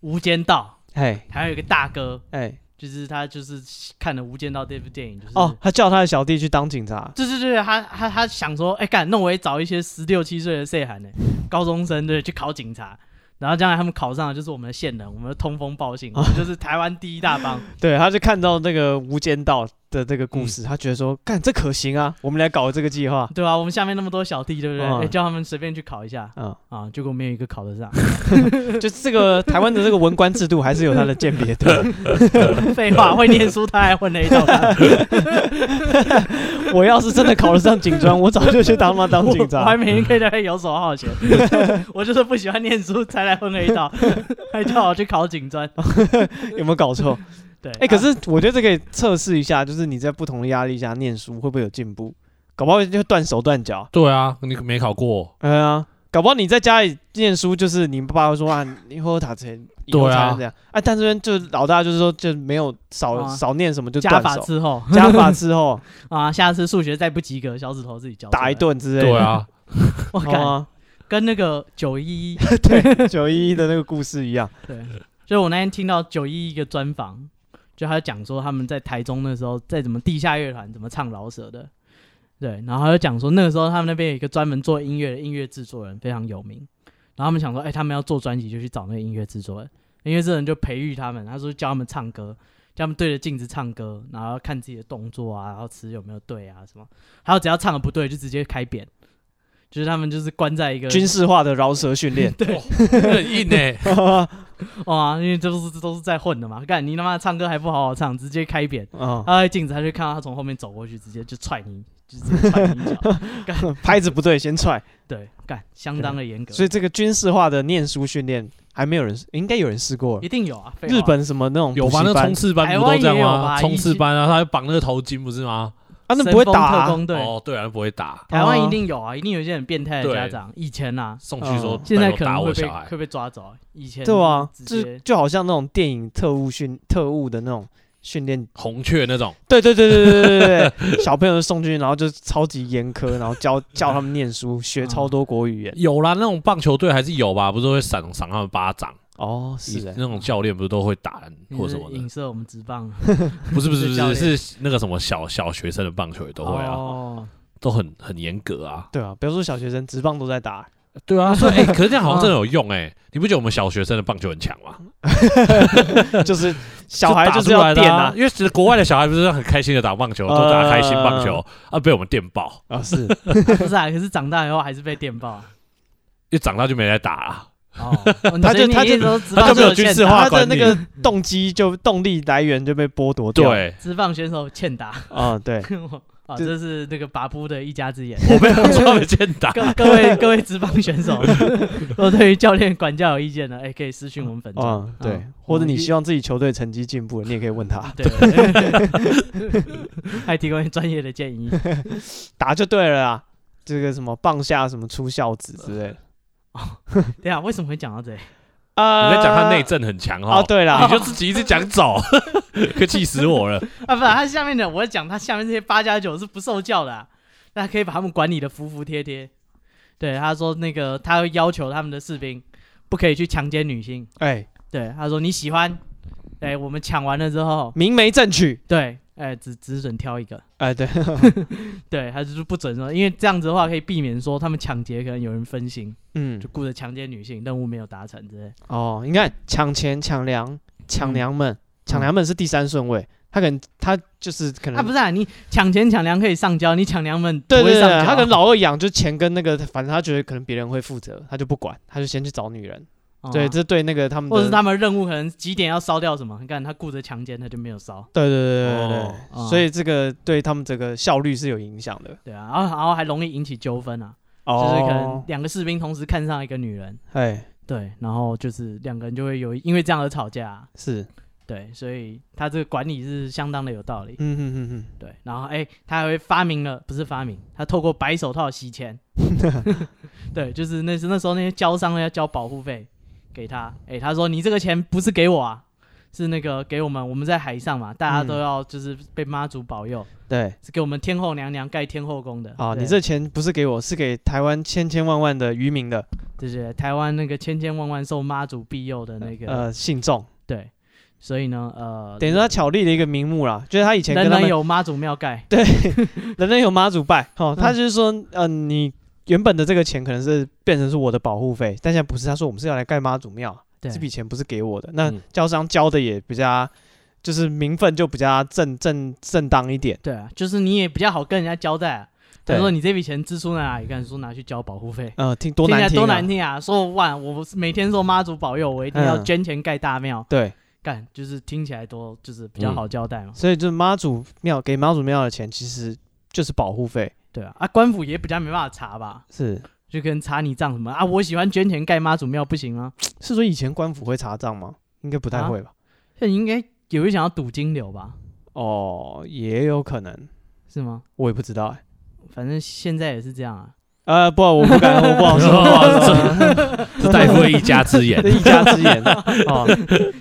Speaker 2: 无间道
Speaker 1: 嘿，》，
Speaker 2: 台湾有一个大哥，
Speaker 1: 哎，
Speaker 2: 就是他就是看了《无间道》这部电影，就是
Speaker 1: 哦，他叫他的小弟去当警察。
Speaker 2: 对对对，他他他想说，哎、干，那我也找一些十六七岁的岁寒呢，高中生对，去考警察，然后将来他们考上了就是我们的线人，我们的通风报信，我们就是台湾第一大帮。
Speaker 1: 对，他就看到那个《无间道》的这个故
Speaker 2: 嗯
Speaker 1: 事，他觉得说，干这可行啊，我们来搞这个计 划。
Speaker 2: 对啊，我们下面那么多小弟，对不对？
Speaker 1: 嗯
Speaker 2: 哎叫他们随便去考一下
Speaker 1: 嗯，
Speaker 2: 啊，结果没有一个考得上。
Speaker 1: 就是这个台湾的这个文官制度还是有它的鉴别 的。
Speaker 2: 废话，会念书他还混了一道班，
Speaker 1: 哦 我要是真的考得上警专，我早就去当妈当
Speaker 2: 我
Speaker 1: 警
Speaker 2: 我还
Speaker 1: 察。
Speaker 2: 每天可以在那边游手好闲， 我就是不喜 欢念书才来混了一道，还叫我去考警专。
Speaker 1: 有没有搞错？
Speaker 2: 对，啊
Speaker 1: 哎、可是我觉得这可以测试一下，就是你在不同的压力下念书会不会有进步？搞不好就断手断脚。
Speaker 3: 对啊，你没考过，
Speaker 1: 哎呀，搞不好你在家里念书，就是你爸爸会说啊，你以后塔成，以后
Speaker 3: 对啊
Speaker 1: 才能这样。啊，但这边就是老大就是说，就没有少、
Speaker 2: 啊
Speaker 1: 少念什么就
Speaker 2: 加
Speaker 1: 断
Speaker 2: 法
Speaker 1: 手，
Speaker 2: 之后
Speaker 1: 加法之后
Speaker 2: 啊，下次数学再不及格，小指头自己交出来
Speaker 1: 打一，顿哦之类的。
Speaker 3: 对，啊，
Speaker 2: 我
Speaker 1: 好
Speaker 2: 靠，
Speaker 1: 吗？
Speaker 2: 跟那个九一一，
Speaker 1: 对，九一一的那个故事一样。
Speaker 2: 对，所以我那天听到九一一个专访，就他就讲说他们在台中那时候在怎么地下乐团怎么唱饶舌的，对，然后他就讲说那个时候他们那边有一个专门做音乐的音乐制作人非常有名，然后他们想说，哎、他们要做专辑就去找那个音乐制作人，音乐制作人就培育他们，他说教他们唱歌。叫他们对着镜子唱歌，然后看自己的动作啊，然后词有没有对啊，什么，还有只要唱的不对就直接开扁，就是他们就是关在一 个
Speaker 1: 军事化的饶舌训练。
Speaker 3: 对，很硬 哎、
Speaker 2: 哇，因为这都是这都是在混的嘛，干你他妈唱歌还不好好唱，直接开扁。
Speaker 1: 啊，
Speaker 2: 他在镜子，他就看到他从后面走过去，直接就踹你，就直接踹你一 脚。
Speaker 1: 拍子不对，先踹。
Speaker 2: 对，干相当的严格，
Speaker 1: 啊所以这个军事化的念书训练还没有人，应该有人试过
Speaker 2: 一。定有啊。废话
Speaker 1: 日本什么那种
Speaker 3: 有
Speaker 1: 补习
Speaker 3: 吧？那
Speaker 1: 班
Speaker 3: 冲刺班
Speaker 2: 台
Speaker 3: 不都
Speaker 2: 湾
Speaker 3: 这样
Speaker 2: 也有
Speaker 3: 吗？
Speaker 2: 吧
Speaker 3: 冲
Speaker 2: 一
Speaker 3: 刺班啊，他还绑那个头巾不是吗？
Speaker 1: 啊，那
Speaker 2: 神
Speaker 1: 不会
Speaker 2: 风
Speaker 1: 打
Speaker 2: 特
Speaker 1: 啊
Speaker 2: 工队，
Speaker 3: 哦，对啊，不会打，
Speaker 2: 台湾
Speaker 1: 哦
Speaker 2: 一定有啊，一定有一些很变态的
Speaker 3: 对
Speaker 2: 家长。以前啊，
Speaker 3: 送去说
Speaker 1: 嗯
Speaker 2: 现在可
Speaker 3: 打
Speaker 2: 能
Speaker 3: 我
Speaker 2: 会被
Speaker 3: 小孩，
Speaker 2: 会被抓走。以前
Speaker 1: 对啊，
Speaker 2: 直
Speaker 1: 就
Speaker 2: 接
Speaker 1: 就好像那种电影特务训特务的那种训练，
Speaker 3: 红雀那种，
Speaker 1: 对对对对对对对对， 小朋友送进去，然后就超级严苛，然后教教他们念书，学超多国语 言。
Speaker 3: 有啦，那种棒球队还是有吧？不是会赏赏他们巴掌，
Speaker 1: 哦，是哎
Speaker 3: 那，种教练不是欸都会打人
Speaker 2: 你
Speaker 3: 或
Speaker 2: 是
Speaker 3: 什么的
Speaker 2: 影？射我们职棒
Speaker 3: 不是不是
Speaker 2: 是教
Speaker 3: 不
Speaker 2: 练
Speaker 3: 是，是那个什么小小学生的棒球也都会啊，
Speaker 2: 哦，
Speaker 3: 都很很严格啊。
Speaker 1: 对啊，不要说小学生，职棒都在打，
Speaker 3: 对啊，所以哎，可是这样好 像真的有用哎，你不觉得我们小学生的棒球很强吗？
Speaker 1: 就是小孩
Speaker 3: 就
Speaker 1: 就是
Speaker 3: 打出
Speaker 1: 要
Speaker 3: 来的
Speaker 1: 电
Speaker 3: 啊，
Speaker 1: 啊
Speaker 3: 因为其实国外的小孩不是很开心的打棒球，都打开心棒球啊，被我们电爆，
Speaker 1: 啊是，
Speaker 2: 不是啊，可是长大以后还是被电爆 啊。
Speaker 3: 一长大就没来打啊。
Speaker 2: 哦，
Speaker 1: 他就他就
Speaker 2: 都
Speaker 3: 他就没有军事化
Speaker 1: 他的
Speaker 3: 管
Speaker 1: 那
Speaker 3: 理
Speaker 1: 个动机就动力来源就被剥夺掉。
Speaker 3: 对，
Speaker 2: 直棒选手欠打。
Speaker 1: 啊 对，
Speaker 2: 啊，
Speaker 1: 这
Speaker 2: 这是那个拔布的一家之言。
Speaker 3: 我没有说他们先打，
Speaker 2: 各各位各位职棒选手， 如果对于教练管教有意见的，哎，可以私讯我们粉专。
Speaker 1: 啊对，或者你希望自己球队成绩进步，你也可以问他，
Speaker 2: 对 对，对还提供专业的建议。
Speaker 1: 打就对了啊。这个什么棒下什么出孝子之类的，
Speaker 2: 对啊，为什么会讲到这里？
Speaker 1: 啊
Speaker 3: 你在讲他内政很强哈
Speaker 1: 哦，，对啦，
Speaker 3: 你就自己一直讲走， 可气死我了。
Speaker 2: 啊，不，他下面的我讲他下面这些八加九是不受教的、啊，那可以把他们管理的服服帖帖。对，他说那个他要要求他们的士兵不可以去强奸女性。
Speaker 1: 哎，
Speaker 2: 对，他说你喜欢，哎，我们抢完了之后，
Speaker 1: 明媒正娶，
Speaker 2: 对，哎，只只准挑一个。
Speaker 1: 哎，对，
Speaker 2: 对，他就是不准说，因为这样子的话可以避免说他们抢劫可能有人分心，
Speaker 1: 嗯
Speaker 2: 就，顾着强奸女性，任务没有达成之类。
Speaker 1: 哦，你看抢钱、抢粮、抢
Speaker 2: 嗯
Speaker 1: 娘们，抢娘们是第三顺位，他可能他就是可
Speaker 2: 啊，不
Speaker 1: 能。
Speaker 2: 是啊，你抢钱抢粮可以上交，你抢粮们不
Speaker 1: 嗯对对
Speaker 2: 会
Speaker 1: 对
Speaker 2: 上啊交。
Speaker 1: 对，他可能老二养，就钱跟那个，反正他觉得可能别人会负责，他就不管，他就先去找女人。
Speaker 2: 哦
Speaker 1: 对，，这对那个他们的，
Speaker 2: 或者是他们任务可能几点要烧掉什么，你看他顾着强奸，他就没有烧。
Speaker 1: 对对对对对对
Speaker 3: 哦
Speaker 2: 哦
Speaker 1: 所以这个对他们整个效率是有影响的。
Speaker 2: 对啊，然后然后还容易引起纠纷啊，
Speaker 1: 哦
Speaker 2: 就是可能，两个士兵同时看上一个女人，
Speaker 1: 哎，
Speaker 2: 对，然后就是两个人就会有因为这样而吵架啊、
Speaker 1: 是，
Speaker 2: 对，所以他这个管理是相当的有道理。
Speaker 1: 嗯哼哼哼，
Speaker 2: 对，然后哎、他还会发明了，不是发明，他透过白手套洗钱。 对，就是那是那时候那些交商要交保护费给他，哎、他说你这个钱不是给我啊，是那个给我们，我们在海上嘛，大家都
Speaker 1: 嗯
Speaker 2: 要就是被妈祖保佑，
Speaker 1: 对，
Speaker 2: 是给我们天后娘娘盖天后宫的。
Speaker 1: 啊，
Speaker 2: 对
Speaker 1: 你这钱不是给我，是给台湾千千万万的渔民的
Speaker 2: 就是台湾那个千千万万受妈祖庇佑的那个，
Speaker 1: 呃信众，
Speaker 2: 对，所以呢，呃，
Speaker 1: 等于说他巧立了一个名目啦，就是他以前跟
Speaker 2: 人
Speaker 1: 他
Speaker 2: 人
Speaker 1: 们
Speaker 2: 有妈祖庙盖，
Speaker 1: 人人有妈祖拜，哦，他
Speaker 2: 嗯
Speaker 1: 就是说，呃，你原本的这个钱可能是变成是我的保护费，但现在不是，他说我们是要来盖妈祖庙，
Speaker 2: 对
Speaker 1: 这笔钱不是给我的，那
Speaker 3: 嗯
Speaker 1: 交商交的也比较，就是名分就比较正正正当一点，
Speaker 2: 对啊，就是你也比较好跟人家交代、啊。他
Speaker 1: 对
Speaker 2: 说你这笔钱支出在哪里？干说拿去交保护费，
Speaker 1: 呃，听多
Speaker 2: 听起来
Speaker 1: 难听、啊，
Speaker 2: 多难听啊！说哇，我每天说妈祖保佑，我一定要
Speaker 1: 嗯
Speaker 2: 捐钱盖大庙，
Speaker 1: 对，
Speaker 2: 干就是听起来多就是比
Speaker 1: 嗯
Speaker 2: 较好交代嘛，
Speaker 1: 所以就是妈祖庙给妈祖庙的钱其实就是保护费，
Speaker 2: 对啊，啊官府也比较没办法查吧，
Speaker 1: 是
Speaker 2: 就跟查你账什么啊，我喜欢捐钱盖妈祖庙不行吗？
Speaker 1: 是说以前官府会查账吗？应该不太
Speaker 2: 啊
Speaker 1: 会吧？
Speaker 2: 这应该有一想要赌金流吧？
Speaker 1: 哦，也有可能，
Speaker 2: 是吗？
Speaker 1: 我也不知道哎、
Speaker 2: 反正现在也是这样啊。
Speaker 1: 呃，不，我不敢，我不好说，不好说，
Speaker 3: 这大夫的一家之言
Speaker 1: 这，一家之言哦，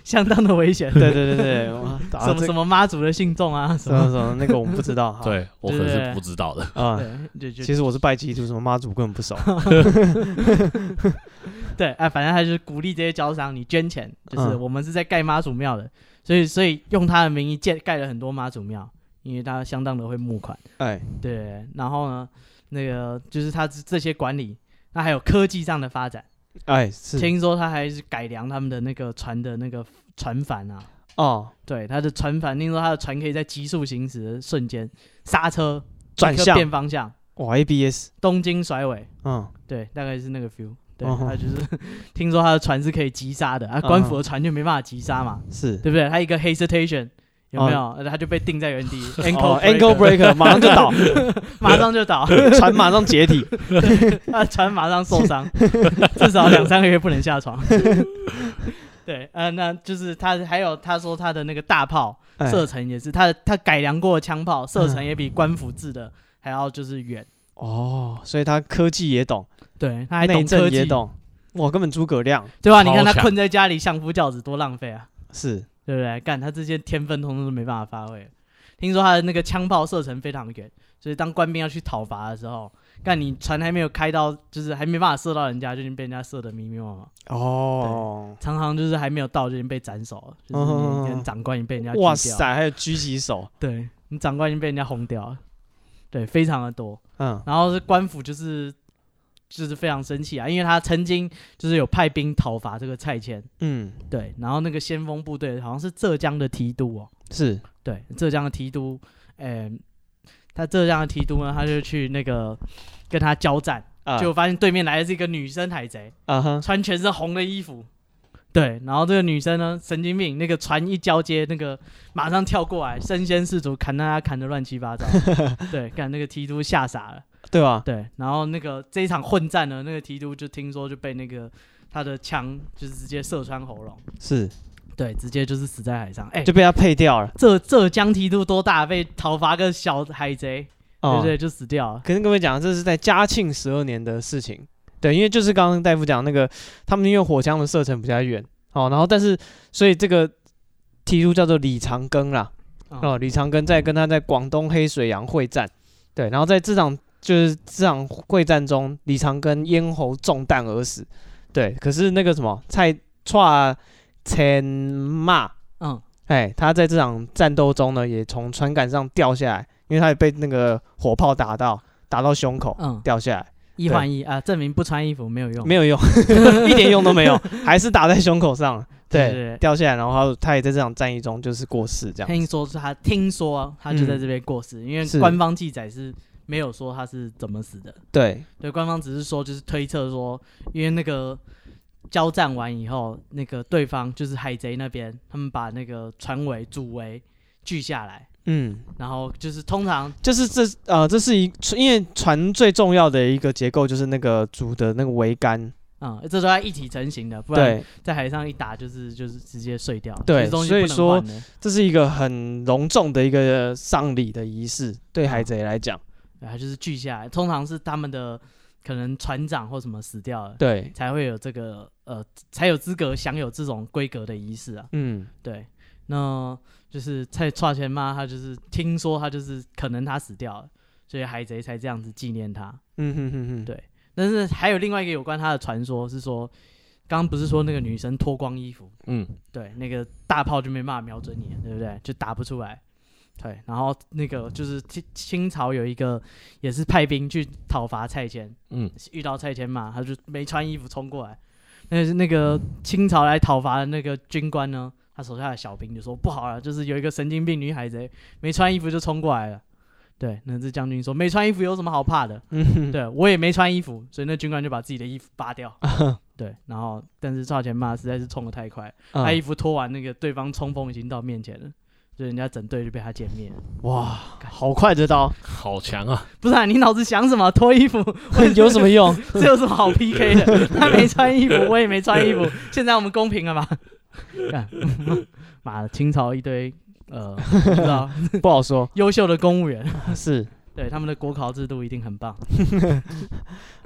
Speaker 2: 相当的危 险。
Speaker 1: 对对对对，哇啊
Speaker 2: 什么
Speaker 1: 这
Speaker 2: 什么妈祖的信众啊，什
Speaker 1: 什么
Speaker 2: 么
Speaker 1: 什么那个我们不知道，哈
Speaker 3: 对我可
Speaker 2: 对对
Speaker 3: 是
Speaker 2: 对
Speaker 3: 不知道的。
Speaker 1: 啊，
Speaker 2: 对，就
Speaker 1: 其
Speaker 2: 就
Speaker 1: 实我是拜基督，什么妈祖根本不熟，
Speaker 2: 对，哎，反正他就是鼓励这些招商，你捐钱，就是
Speaker 1: 嗯
Speaker 2: 我们是在盖妈祖庙的，所以所以用他的名义建盖了很多妈祖庙，因为他相当的会募款。
Speaker 1: 哎，
Speaker 2: 对，然后呢，那个就是他这这些管理，那还有科技上的发展，
Speaker 1: 哎是
Speaker 2: 听说他还是改良他们的那个船的那个船帆啊。
Speaker 1: 哦，
Speaker 2: 对，他的船帆，听说他的船可以在急速行驶的瞬间刹车、
Speaker 1: 转
Speaker 2: 立刻
Speaker 1: 向
Speaker 2: 变方向、
Speaker 1: 哇 ABS，
Speaker 2: 东京甩尾，
Speaker 1: 嗯，
Speaker 2: 对，大概是那个 feel。对，
Speaker 1: 哦吼
Speaker 2: 他就是 听说他的船是可以急刹的，啊，
Speaker 1: 嗯
Speaker 2: 官府的船就没办法急刹嘛，
Speaker 1: 是
Speaker 2: 对不对？他一个 hesitation 有没有？呃他就被定在原 地
Speaker 1: 哦
Speaker 2: ，ankle
Speaker 1: ankle
Speaker 2: breaker，
Speaker 1: breaker 马上就倒，
Speaker 2: 马上就倒，
Speaker 1: 船马上解 体，
Speaker 2: 他船马上受伤， 至少两三个月不能下床。 对，呃，那就是他还有他说他的那个大炮
Speaker 1: 哎
Speaker 2: 射程也是，他他改良过的枪炮射程
Speaker 1: 嗯
Speaker 2: 也比官府制的还要就是远。
Speaker 1: 哦，所以他科技也懂，
Speaker 2: 对，他还
Speaker 1: 内
Speaker 2: 懂科
Speaker 1: 政
Speaker 2: 技
Speaker 1: 也，懂，哇，根本诸葛亮
Speaker 2: 对啊吧？你看
Speaker 3: 超
Speaker 2: 他
Speaker 3: 强
Speaker 2: 困在家里相夫教子多浪费啊！
Speaker 1: 是
Speaker 2: 对不对？干他这些天分通通都没办法发挥。听说他的那个枪炮射程非常远，所以当官兵要去讨伐的时候，干你船还没有开到，就是还没办法射到人家，就已经被人家射的迷迷茫茫。
Speaker 1: 哦，
Speaker 2: 常常就是还没有到就已经被斩首了，就是
Speaker 1: 哦
Speaker 2: 你你跟长官已经被人家
Speaker 1: 哇
Speaker 2: 击掉了，
Speaker 1: 塞，还有狙击手，
Speaker 2: 对你长官已经被人家轰掉了，对，非常的多。
Speaker 1: 嗯
Speaker 2: 然后是官府就是就是非常生气啊，因为他曾经就是有派兵讨伐这个蔡牵，
Speaker 1: 嗯
Speaker 2: 对，然后那个先锋部队好像是浙江的提督哦，
Speaker 1: 是
Speaker 2: 对，浙江的提督，嗯、他浙江的提督呢，他就去那个跟他交战，
Speaker 1: 啊
Speaker 2: 结果发现对面来的是一个女生海贼，
Speaker 1: 啊哈
Speaker 2: 穿全身红的衣服。对，然后这个女生呢，神经病，那个船一交接，那个马上跳过来，身先士卒，砍大家砍得乱七八糟。对，看那个提督吓傻了。
Speaker 1: 对吧？
Speaker 2: 对，然后那个这一场混战呢，那个提督就听说就被那个他的枪就是直接射穿喉咙，
Speaker 1: 是
Speaker 2: 对，直接就是死在海上。哎、
Speaker 1: 就被他配掉了，
Speaker 2: 浙浙江提督多大，被讨伐个小海贼，对
Speaker 1: 哦
Speaker 2: 不对？就死掉了。
Speaker 1: 可是跟各位讲，这是在嘉庆十二年的事情。对，因为就是刚刚大夫讲那个，他们因为火枪的射程比较远，哦，然后但是所以这个提督叫做李长庚啦，
Speaker 2: 嗯
Speaker 1: 哦，李长庚在跟他在广东黑水洋会战，对，然后在这场就是这场会战中，李长庚咽喉中弹而死，对，可是那个什么蔡蔡千骂，
Speaker 2: 嗯，
Speaker 1: 哎，他在这场战斗中呢，也从船杆上掉下来，因为他也被那个火炮打到，打到胸口，
Speaker 2: 嗯
Speaker 1: 掉下来，
Speaker 2: 一换一啊，证明不穿衣服没有用。
Speaker 1: 没有 用，一点用都没有，还是打在胸口上了，
Speaker 2: 对对对
Speaker 1: 对，掉下来，然后他他也在这场战役中就是过世这样
Speaker 2: 听
Speaker 1: 子，
Speaker 2: 说是他，听说他就在这边过世，因为
Speaker 1: 嗯是
Speaker 2: 官方记载是没有说他是怎么死的。
Speaker 1: 对，
Speaker 2: 对，官方只是说就是推测说，因为那个交战完以后，那个对方就是海贼那边，他们把那个船尾、主桅锯下来，
Speaker 1: 嗯。
Speaker 2: 然后就是通常
Speaker 1: 就是这呃，这是一因为船最重要的一个结构就是那个主的那个桅杆，
Speaker 2: 嗯，这都要一体成型的，不然
Speaker 1: 对，
Speaker 2: 在海上一打就是就是直接碎掉，
Speaker 1: 对
Speaker 2: 这东西
Speaker 1: 所以
Speaker 2: 不能
Speaker 1: 说
Speaker 2: 换的。
Speaker 1: 这是一个很隆重的一个丧礼的仪式，对海贼来讲，
Speaker 2: 然后就是锯下来，通常是他们的可能船长或什么死掉了，
Speaker 1: 对，
Speaker 2: 才会有这个呃，才有资格享有这种规格的仪式啊。
Speaker 1: 嗯，
Speaker 2: 对，那就是蔡蔡前妈，她就是听说她就是可能她死掉了，所以海贼才这样子纪念她。
Speaker 1: 嗯哼哼哼，
Speaker 2: 对但是还有另外一个有关她的传说是说，刚刚不是说那个女生脱光衣服，
Speaker 3: 嗯，
Speaker 2: 对，那个大炮就没办法瞄准你，对不对？就打不出来。对，然后那个就是清清朝有一个也是派兵去讨伐蔡牵，
Speaker 3: 嗯，
Speaker 2: 遇到蔡牵嘛，他就没穿衣服冲过来，那是那个清朝来讨伐的那个军官呢，他手下的小兵就说不好了，就是有一个神经病女海贼没穿衣服就冲过来了。对，那这将军说没穿衣服有什么好怕的？
Speaker 1: 嗯哼，
Speaker 2: 对我也没穿衣服，所以那军官就把自己的衣服扒掉。对，然后但是赵钱骂实在是冲的太快，
Speaker 1: 嗯
Speaker 2: 他衣服脱完，那个对方冲锋已经到面前了，所以人家整队就被他歼灭了。
Speaker 1: 哇，好快这 刀，
Speaker 3: 好强啊！
Speaker 2: 不是、啊、你脑子想什么？脱衣服
Speaker 1: 有什么用？
Speaker 2: 这有什么好 PK 的？他没穿衣服，我也没穿衣服，现在我们公平了吧？干妈的，清朝一堆呃，不知道
Speaker 1: 不好说，
Speaker 2: 优秀的公务员，
Speaker 1: 是
Speaker 2: 对他们的国考制度一定很棒。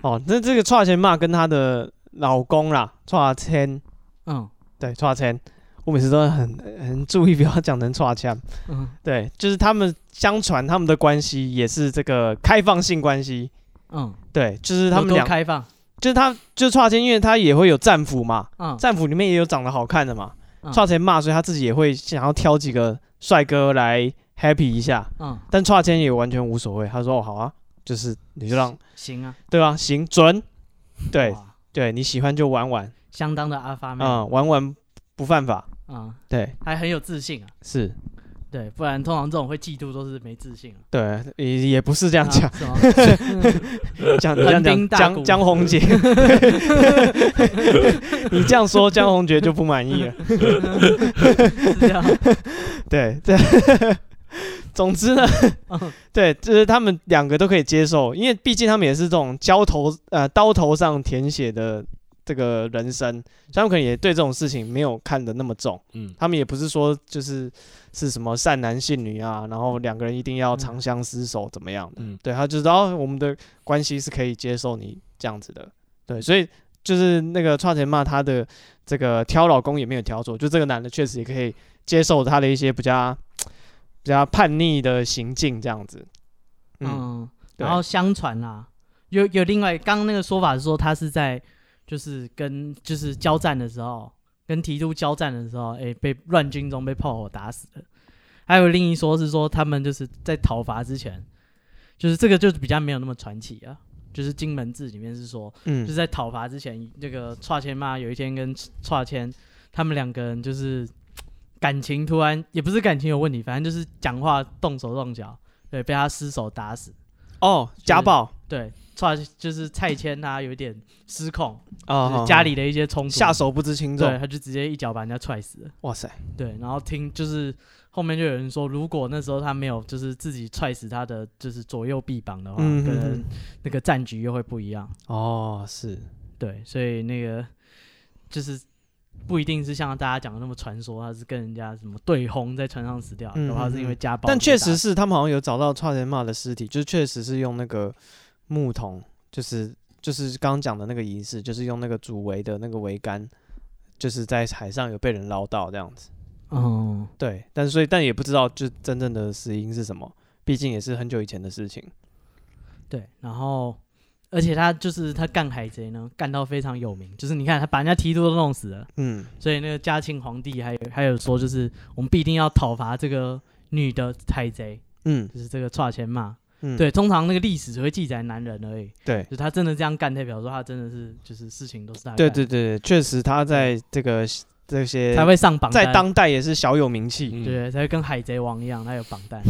Speaker 1: 哦。那这个蔡千骂跟她的老公啦，蔡千
Speaker 2: 嗯
Speaker 1: 对蔡千，我每次都很很注意，不要讲成蔡千。
Speaker 2: 嗯
Speaker 1: 对，就是他们相传他们的关系也是这个开放性关系。
Speaker 2: 嗯，
Speaker 1: 对，就是他
Speaker 2: 有
Speaker 1: 们
Speaker 2: 多
Speaker 1: 俩，
Speaker 2: 开放。
Speaker 1: 就是他，就是蔡千，因为他也会有战俘嘛，
Speaker 2: 嗯
Speaker 1: 战俘里面也有长得好看的嘛
Speaker 2: 嗯。
Speaker 1: 蔡千骂，所以他自己也会想要挑几个帅哥来 happy 一下。
Speaker 2: 嗯，
Speaker 1: 但蔡千也完全无所谓，他说：“哦，好啊，就是你就让
Speaker 2: 行啊。
Speaker 1: 对吧？行准，对
Speaker 2: 哇，
Speaker 1: 对，你喜欢就玩玩，
Speaker 2: 相当的阿发妹。
Speaker 1: 嗯，玩玩不犯法，
Speaker 2: 嗯，
Speaker 1: 对，
Speaker 2: 还很有自信啊。
Speaker 1: 是，
Speaker 2: 对，不然通常这种会嫉妒都是没自信啊。
Speaker 1: 对，也也不是这
Speaker 2: 这
Speaker 1: 样讲，
Speaker 2: 什么？
Speaker 1: 讲你这样
Speaker 2: 横
Speaker 1: 讲
Speaker 2: 滨大
Speaker 1: 江
Speaker 2: 鼓
Speaker 1: 江宏 杰，你这样说江宏杰就不满意了，
Speaker 2: 是这样。
Speaker 1: 对，这，总之呢，
Speaker 2: 嗯
Speaker 1: 对，就是他们两个都可以接受，因为毕竟他们也是这种交头呃刀头上舔血的。这个人生，所以他们可能也对这种事情没有看得那么重，
Speaker 3: 嗯，
Speaker 1: 他们也不是说就是是什么善男信女啊，然后两个人一定要长相厮守怎么样的，
Speaker 3: 嗯
Speaker 1: 对他就知道、哦我们的关系是可以接受你这样子的，对，所以就是那个创钱骂他的这个挑老公也没有挑错，就这个男的确实也可以接受他的一些比较比较叛逆的行径这样子， 嗯，
Speaker 2: 嗯，
Speaker 1: 对
Speaker 2: 然后相传啊，有有另外刚刚那个说法是说他是在就是跟就是交战的时候，跟提督交战的时候，哎、被乱军中被炮火打死的。还有另一说是说他们就是在讨伐之前，就是这个就比较没有那么传奇啊。就是《金门志》里面是说，
Speaker 1: 嗯
Speaker 2: 就是在讨伐之前，那个串签妈有一天跟串签他们两个人就是感情突然也不是感情有问题，反正就是讲话动手动脚，对，被他失手打死。
Speaker 1: 哦，家暴
Speaker 2: 对，串就是蔡牵他有一点失控，就
Speaker 1: 啊
Speaker 2: 是家里的一些冲突，
Speaker 1: 下手不知轻
Speaker 2: 对，
Speaker 1: 重，
Speaker 2: 他就直接一脚把人家踹死了。
Speaker 1: 哇塞，
Speaker 2: 对，然后听就是后面就有人说，如果那时候他没有就是自己踹死他的就是左右臂膀的话，
Speaker 1: 嗯
Speaker 2: 可
Speaker 1: 哼
Speaker 2: 能
Speaker 1: 哼
Speaker 2: 那个战局又会不一样。
Speaker 1: 哦是，
Speaker 2: 对，所以那个就是不一定是像大家讲的那么传说，他是跟人家什么对轰在船上死掉，
Speaker 1: 嗯
Speaker 2: 然后
Speaker 1: 嗯
Speaker 2: 是因为
Speaker 1: 嗯
Speaker 2: 家暴被打。
Speaker 1: 但确实是，他们好像有找到差点骂的尸体，就是确实是用那个木桶，就是就是刚刚讲的那个仪式，就是用那个主围的那个桅杆，就是在海上有被人捞到这样子。
Speaker 2: 嗯，
Speaker 1: 对，但所以但也不知道就真正的死因是什么，毕竟也是很久以前的事情。
Speaker 2: 对，然后。而且他就是他干海贼呢，干到非常有名。就是你看他把人家提督都弄死了，
Speaker 1: 嗯，
Speaker 2: 所以那个嘉庆皇帝还有还有说，就是我们必定要讨伐这个女的海贼，
Speaker 1: 嗯
Speaker 2: 就是这个串钱嘛。
Speaker 1: 嗯，
Speaker 2: 对，通常那个历史只会记载男人而已，
Speaker 1: 对
Speaker 2: 就是他真的这样干，代表说他真的是就是事情都是他干
Speaker 1: 对对对，确实他在这个这些
Speaker 2: 才会上榜单，
Speaker 1: 在当代也是小有名气，
Speaker 3: 嗯，
Speaker 2: 对，才会跟海贼王一样，他有榜 单，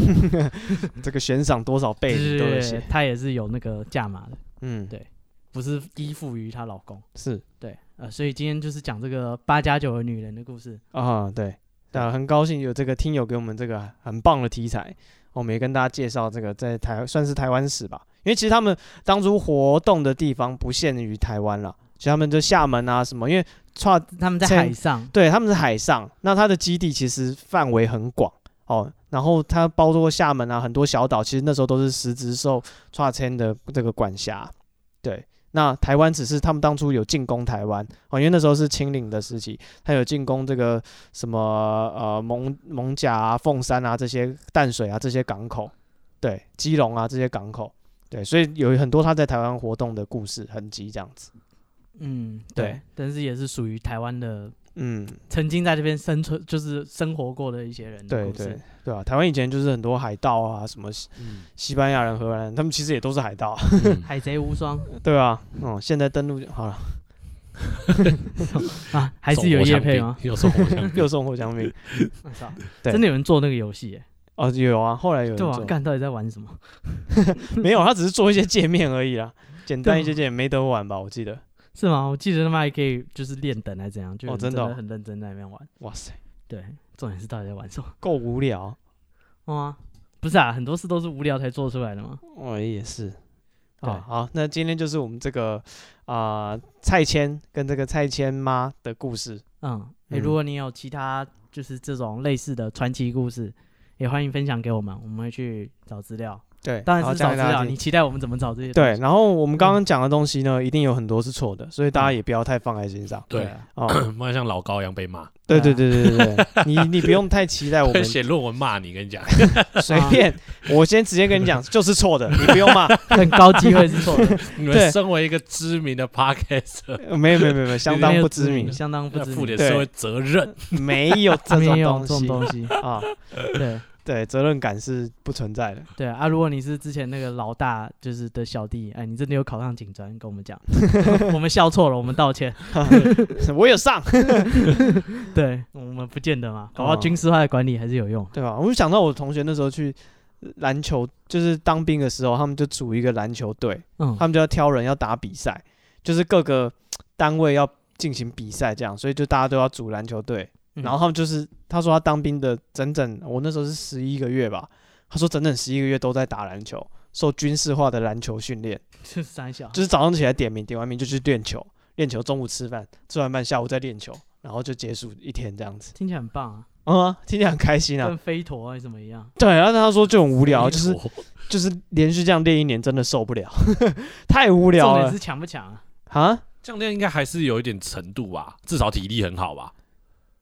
Speaker 1: 这个悬赏多少倍
Speaker 2: 对
Speaker 1: 都有
Speaker 2: 对
Speaker 1: 写
Speaker 2: 嗯对。他也是有那个价码的，
Speaker 1: 嗯，
Speaker 2: 对不是依附于她老公。
Speaker 1: 是。
Speaker 2: 对，呃，所以今天就是讲这个八加九的女人的故事。
Speaker 1: 啊，对，那很高兴有这个听友给我们这个很棒的题材，我们也跟大家介绍这个在台算是台湾史吧，因为其实他们当初活动的地方不限于台湾了，其实他们就厦门啊什么，因为跨
Speaker 2: 他们在
Speaker 1: 在
Speaker 2: 海上，
Speaker 1: 对他们是海上，那它的基地其实范围很广哦，然后它包括厦门啊很多小岛，其实那时候都是实质受跨迁的这个管辖，对。那台湾只是他们当初有进攻台湾哦，因为那时候是清领的时期，他有进攻这个什么呃蒙蒙甲啊、凤山啊这些淡水啊这些港口，对，基隆啊这些港口，对，所以有很多他在台湾活动的故事痕迹这样子。
Speaker 2: 嗯，
Speaker 1: 对
Speaker 2: 对，但是也是属于台湾的
Speaker 1: 嗯，
Speaker 2: 曾经在这边生存，就是生活过的一些人的
Speaker 1: 对
Speaker 2: 故事。
Speaker 1: 对对啊，台湾以前就是很多海盗啊，什么
Speaker 3: 嗯
Speaker 1: 西班牙人、荷兰人，他们其实也都是海盗，
Speaker 3: 嗯
Speaker 2: 海贼无双
Speaker 1: 对啊，嗯，现在登陆就 好了，
Speaker 2: 啊，还是有叶配吗？？
Speaker 3: 有送火枪
Speaker 1: 又送火枪兵
Speaker 2: 我操
Speaker 1: 对
Speaker 2: 真的有人做那个游戏耶？
Speaker 1: 哦，有啊，后来有人
Speaker 2: 对啊，
Speaker 1: 做，
Speaker 2: 干到底在玩什么？
Speaker 1: 没有，他只是做一些界面而已啦，简单一些
Speaker 2: 对啊
Speaker 1: 界面没得玩吧，我记得，
Speaker 2: 是吗？我记得他妈还可以就是练等还是怎样，就有
Speaker 1: 哦
Speaker 2: 人
Speaker 1: 真
Speaker 2: 真
Speaker 1: 的哦
Speaker 2: 的很认真在那边玩。
Speaker 1: 哇塞，
Speaker 2: 对，重点是到底在玩什么？
Speaker 1: 够无聊，
Speaker 2: 哦啊哇、不是啊，很多事都是无聊才做出来的嘛。哦
Speaker 1: 我也是，啊、
Speaker 2: 对
Speaker 1: 好，那今天就是我们这个啊、蔡牵跟这个蔡牵妈的故事。
Speaker 2: 嗯，诶
Speaker 1: 嗯
Speaker 2: 如果你有其他就是这种类似的传奇故事，也欢迎分享给我们，我们会去找资料。
Speaker 1: 对，
Speaker 2: 当然
Speaker 1: 好
Speaker 2: 是
Speaker 1: 讲
Speaker 2: 找
Speaker 1: 给
Speaker 2: 资
Speaker 1: 大家
Speaker 2: 料，
Speaker 1: 听
Speaker 2: 你嗯期待我们怎么找这些东
Speaker 1: 对，
Speaker 2: 西？
Speaker 1: 然后我们刚刚讲的东西呢，一定有很多是错的，所以大家也不要太放在心上。
Speaker 3: 对
Speaker 2: 嗯啊，
Speaker 1: 哦，
Speaker 3: 不然像老高一样被骂，
Speaker 1: 对
Speaker 2: 对
Speaker 1: 对
Speaker 2: 啊
Speaker 1: 对对对对， 你你不用太啊期待我们
Speaker 3: 写论文骂你，跟你讲，
Speaker 1: 随便，我先直接跟你讲，就是错的，你不用 骂。
Speaker 2: 很高机会是错的，
Speaker 3: 你
Speaker 1: 对
Speaker 3: 们身为一个知名的 podcast，
Speaker 1: 呃没有没有没有没有， 相当
Speaker 2: 没 有
Speaker 1: 不知名，
Speaker 2: 相当不
Speaker 3: 要
Speaker 2: 知
Speaker 3: 负
Speaker 2: 名，
Speaker 3: 点社会责任。
Speaker 1: 没有 这
Speaker 2: 没有
Speaker 1: 种
Speaker 2: 这种
Speaker 1: 东
Speaker 2: 东
Speaker 1: 西
Speaker 2: 西。
Speaker 1: 啊。
Speaker 2: 对
Speaker 1: 对，责任感是不存在 的。
Speaker 2: 对啊，如果你是之前那个老大就是的小弟，哎，你真的有考上警专，跟我 们讲，我们笑错了，我们道歉。
Speaker 1: 我有上，
Speaker 2: 对我们不见得嘛，搞
Speaker 1: 哦
Speaker 2: 到军事化的管理还是有用。
Speaker 1: 对吧？我就想到我同学那时候去篮球，就是当兵的时候，他们就组一个篮球队，
Speaker 2: 嗯，
Speaker 1: 他们就要挑人要打比赛，就是各个单位要进行比赛这样，所以就大家都要组篮球队。
Speaker 2: 嗯
Speaker 1: 然后他们就是他说他当兵的整整，我那时候是十一个月吧，他说整整十一个月都在打篮球，受军事化的篮球训练，
Speaker 2: 就是三小，
Speaker 1: 就是早上起来点名，点完名就去练球，练球中午吃饭，吃完饭下午再练球，然后就结束一天这样子。
Speaker 2: 听起来很棒啊，
Speaker 1: 嗯啊、听起来很开心啊。
Speaker 2: 跟飞陀还是怎么一样？
Speaker 1: 对，然后他说就很无聊，就是
Speaker 3: 我
Speaker 1: 就是连续这样练一年真的受不了， 太无
Speaker 2: 重
Speaker 1: 聊
Speaker 2: 点
Speaker 1: 了
Speaker 2: 是强不强啊？
Speaker 1: 啊。
Speaker 3: 这样练应该还是有一点程度吧，至少体力很好吧。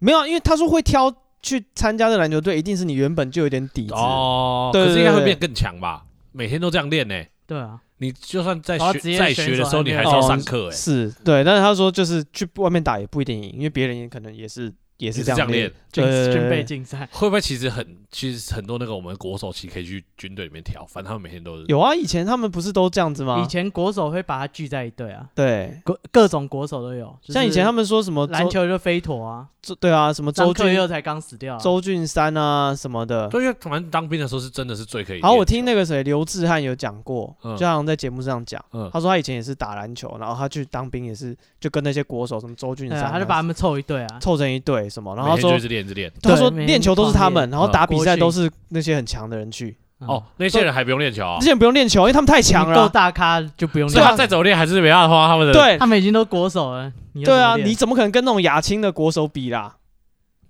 Speaker 1: 没有啊，因为他说会挑去参加的篮球队，一定是你原本就有点底子。
Speaker 3: 哦，
Speaker 1: 对
Speaker 3: 可是
Speaker 1: 对
Speaker 3: 应该会
Speaker 1: 对
Speaker 3: 变更强吧？每天都这样练呢、
Speaker 2: 对啊，
Speaker 3: 你就算在
Speaker 2: 然后职
Speaker 3: 学
Speaker 2: 业
Speaker 3: 在
Speaker 2: 哦选
Speaker 3: 学的
Speaker 2: 手
Speaker 3: 时
Speaker 2: 还
Speaker 3: 候，你
Speaker 2: 没
Speaker 3: 还
Speaker 2: 有
Speaker 3: 是要上课哎、
Speaker 1: 哦是对，但是他说就是去外面打也不一定赢，因为别人也可能也是也是
Speaker 3: 也是
Speaker 1: 这样
Speaker 3: 这样练
Speaker 2: 军
Speaker 1: 对对
Speaker 2: 军
Speaker 1: 对
Speaker 2: 备
Speaker 1: 对
Speaker 2: 竞赛，
Speaker 3: 会不会其实很，其实很多那个我们国手其实可以去军队里面调，反正他们每天都是
Speaker 1: 有啊，以前他们不是都这样子吗？
Speaker 2: 以前国手会把它聚在一队啊，
Speaker 1: 对，
Speaker 2: 各各种国手都有，就是
Speaker 1: 像以前他们说什么哦周
Speaker 2: 篮球就飞陀啊，
Speaker 1: 周对啊，什么
Speaker 2: 周
Speaker 1: 周
Speaker 2: 克
Speaker 1: 俊
Speaker 2: 佑才刚死掉啊，
Speaker 1: 周俊山啊什么的。
Speaker 3: 对，因为反正当兵的时候是真的是最可以。
Speaker 1: 然后我听那，个谁刘志汉有讲过，
Speaker 3: 嗯
Speaker 1: 就好像在节目上讲，
Speaker 3: 嗯，
Speaker 1: 他说他以前也是打篮球，然后他去当兵也是就跟那些国手什么周俊
Speaker 2: 对
Speaker 1: 山
Speaker 2: 啊，
Speaker 1: 啊，
Speaker 2: 他就把他们凑一队啊，
Speaker 1: 凑成一队什么，然后
Speaker 3: 每
Speaker 1: 他说
Speaker 3: 天就一直练，一直练。
Speaker 1: 他
Speaker 2: 对
Speaker 1: 说
Speaker 2: 每天
Speaker 1: 练球都是他们，哦然后
Speaker 3: 嗯
Speaker 1: 打比赛
Speaker 2: 国训
Speaker 1: 都是那些很强的人去，
Speaker 2: 嗯
Speaker 3: 哦，，那些人还不用练球啊
Speaker 1: 之，前不用练球，因为他们太强
Speaker 2: 你够
Speaker 1: 了啊。
Speaker 2: 大咖就不用
Speaker 3: 所以
Speaker 1: 对啊
Speaker 3: 他
Speaker 2: 练，
Speaker 3: 再怎么练还是没办法花他们的。，
Speaker 1: 对
Speaker 2: 他们已经都国手了，你要
Speaker 1: 对
Speaker 2: 怎么
Speaker 1: 啊，
Speaker 2: 练
Speaker 1: 你怎么可能跟那种亚青的国手比啦？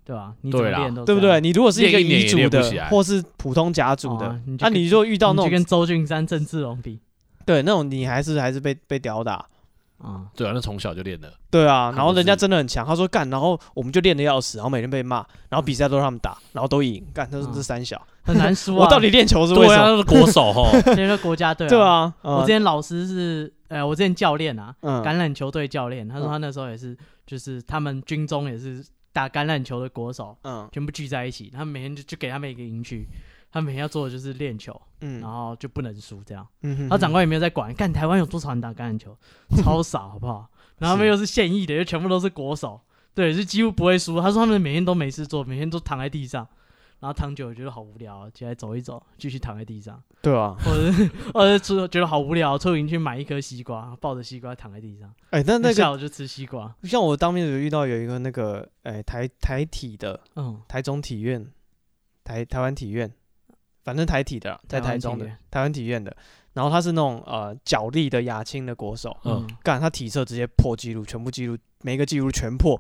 Speaker 2: 对吧？你怎么
Speaker 3: 对啦
Speaker 2: 练都
Speaker 1: 对不
Speaker 2: 这样
Speaker 1: 对？？你如果是一个
Speaker 3: 练一年
Speaker 1: 乙
Speaker 3: 也
Speaker 1: 组
Speaker 3: 练不起
Speaker 1: 的，
Speaker 3: 来
Speaker 1: 或是普通甲组
Speaker 2: 哦
Speaker 1: 的
Speaker 2: 啊你，就
Speaker 1: 那
Speaker 2: 跟
Speaker 1: 你就遇到那
Speaker 2: 你就跟
Speaker 1: 种
Speaker 2: 周俊山、郑志龙比
Speaker 1: 对那种，你还是还是被被吊打。
Speaker 2: 啊，
Speaker 3: 对啊，那从小就练的。
Speaker 1: 对啊，
Speaker 3: 他
Speaker 1: 然后
Speaker 3: 们
Speaker 1: 人家
Speaker 3: 是
Speaker 1: 真的很强，他说干，然后我们就练的要死，然后每天被骂，然后比赛都让他们打，然后都赢，干，他说
Speaker 2: 嗯
Speaker 1: 这三小，
Speaker 2: 很难输啊。
Speaker 1: 我到底练球是为
Speaker 3: 对
Speaker 1: 什
Speaker 3: 啊，
Speaker 1: 么？
Speaker 3: 那是国 手吼。
Speaker 2: 因为国家队
Speaker 1: 对，啊，
Speaker 2: 我
Speaker 1: 我
Speaker 2: 之前老师是，呃，我之前教练啊，
Speaker 1: 嗯
Speaker 2: 橄榄球队教练，他说
Speaker 1: 嗯
Speaker 2: 他那时候也是，就是他们军中也是打橄榄球的国手，
Speaker 1: 嗯
Speaker 2: 全部聚在一起，他们每天就就给他们一个营区，他们每天要做的就是练球，然
Speaker 1: 嗯
Speaker 2: 后就不能输这样。
Speaker 1: 嗯，
Speaker 2: 然后长官也没有在管，干台湾有多少人打橄 榄球，超少好不好？然后他们又是现役的，又全部都是国手，对，就几乎不会输。他说他们每天都没事做，每天都躺在地上。然后躺久了觉得好无聊，啊起来走一走，继续躺在地上，
Speaker 1: 对啊，
Speaker 2: 或者是或者是觉得好无聊，啊出营去买一颗西瓜，抱着西瓜躺在地上，
Speaker 1: 哎，但那个
Speaker 2: 下午就吃西瓜。
Speaker 1: 像我当面有遇到有一个那个哎台台体的，
Speaker 2: 嗯，
Speaker 1: 台中体院，台台湾体院，反正台体的啦，在
Speaker 2: 台湾
Speaker 1: 台
Speaker 2: 体
Speaker 1: 中的
Speaker 2: 院
Speaker 1: 台湾体院的。然后他是那种呃脚力的亚青的国手，
Speaker 3: 嗯
Speaker 2: 嗯，
Speaker 1: 干他体测直接破纪录，全部记录，每一个记录全 破，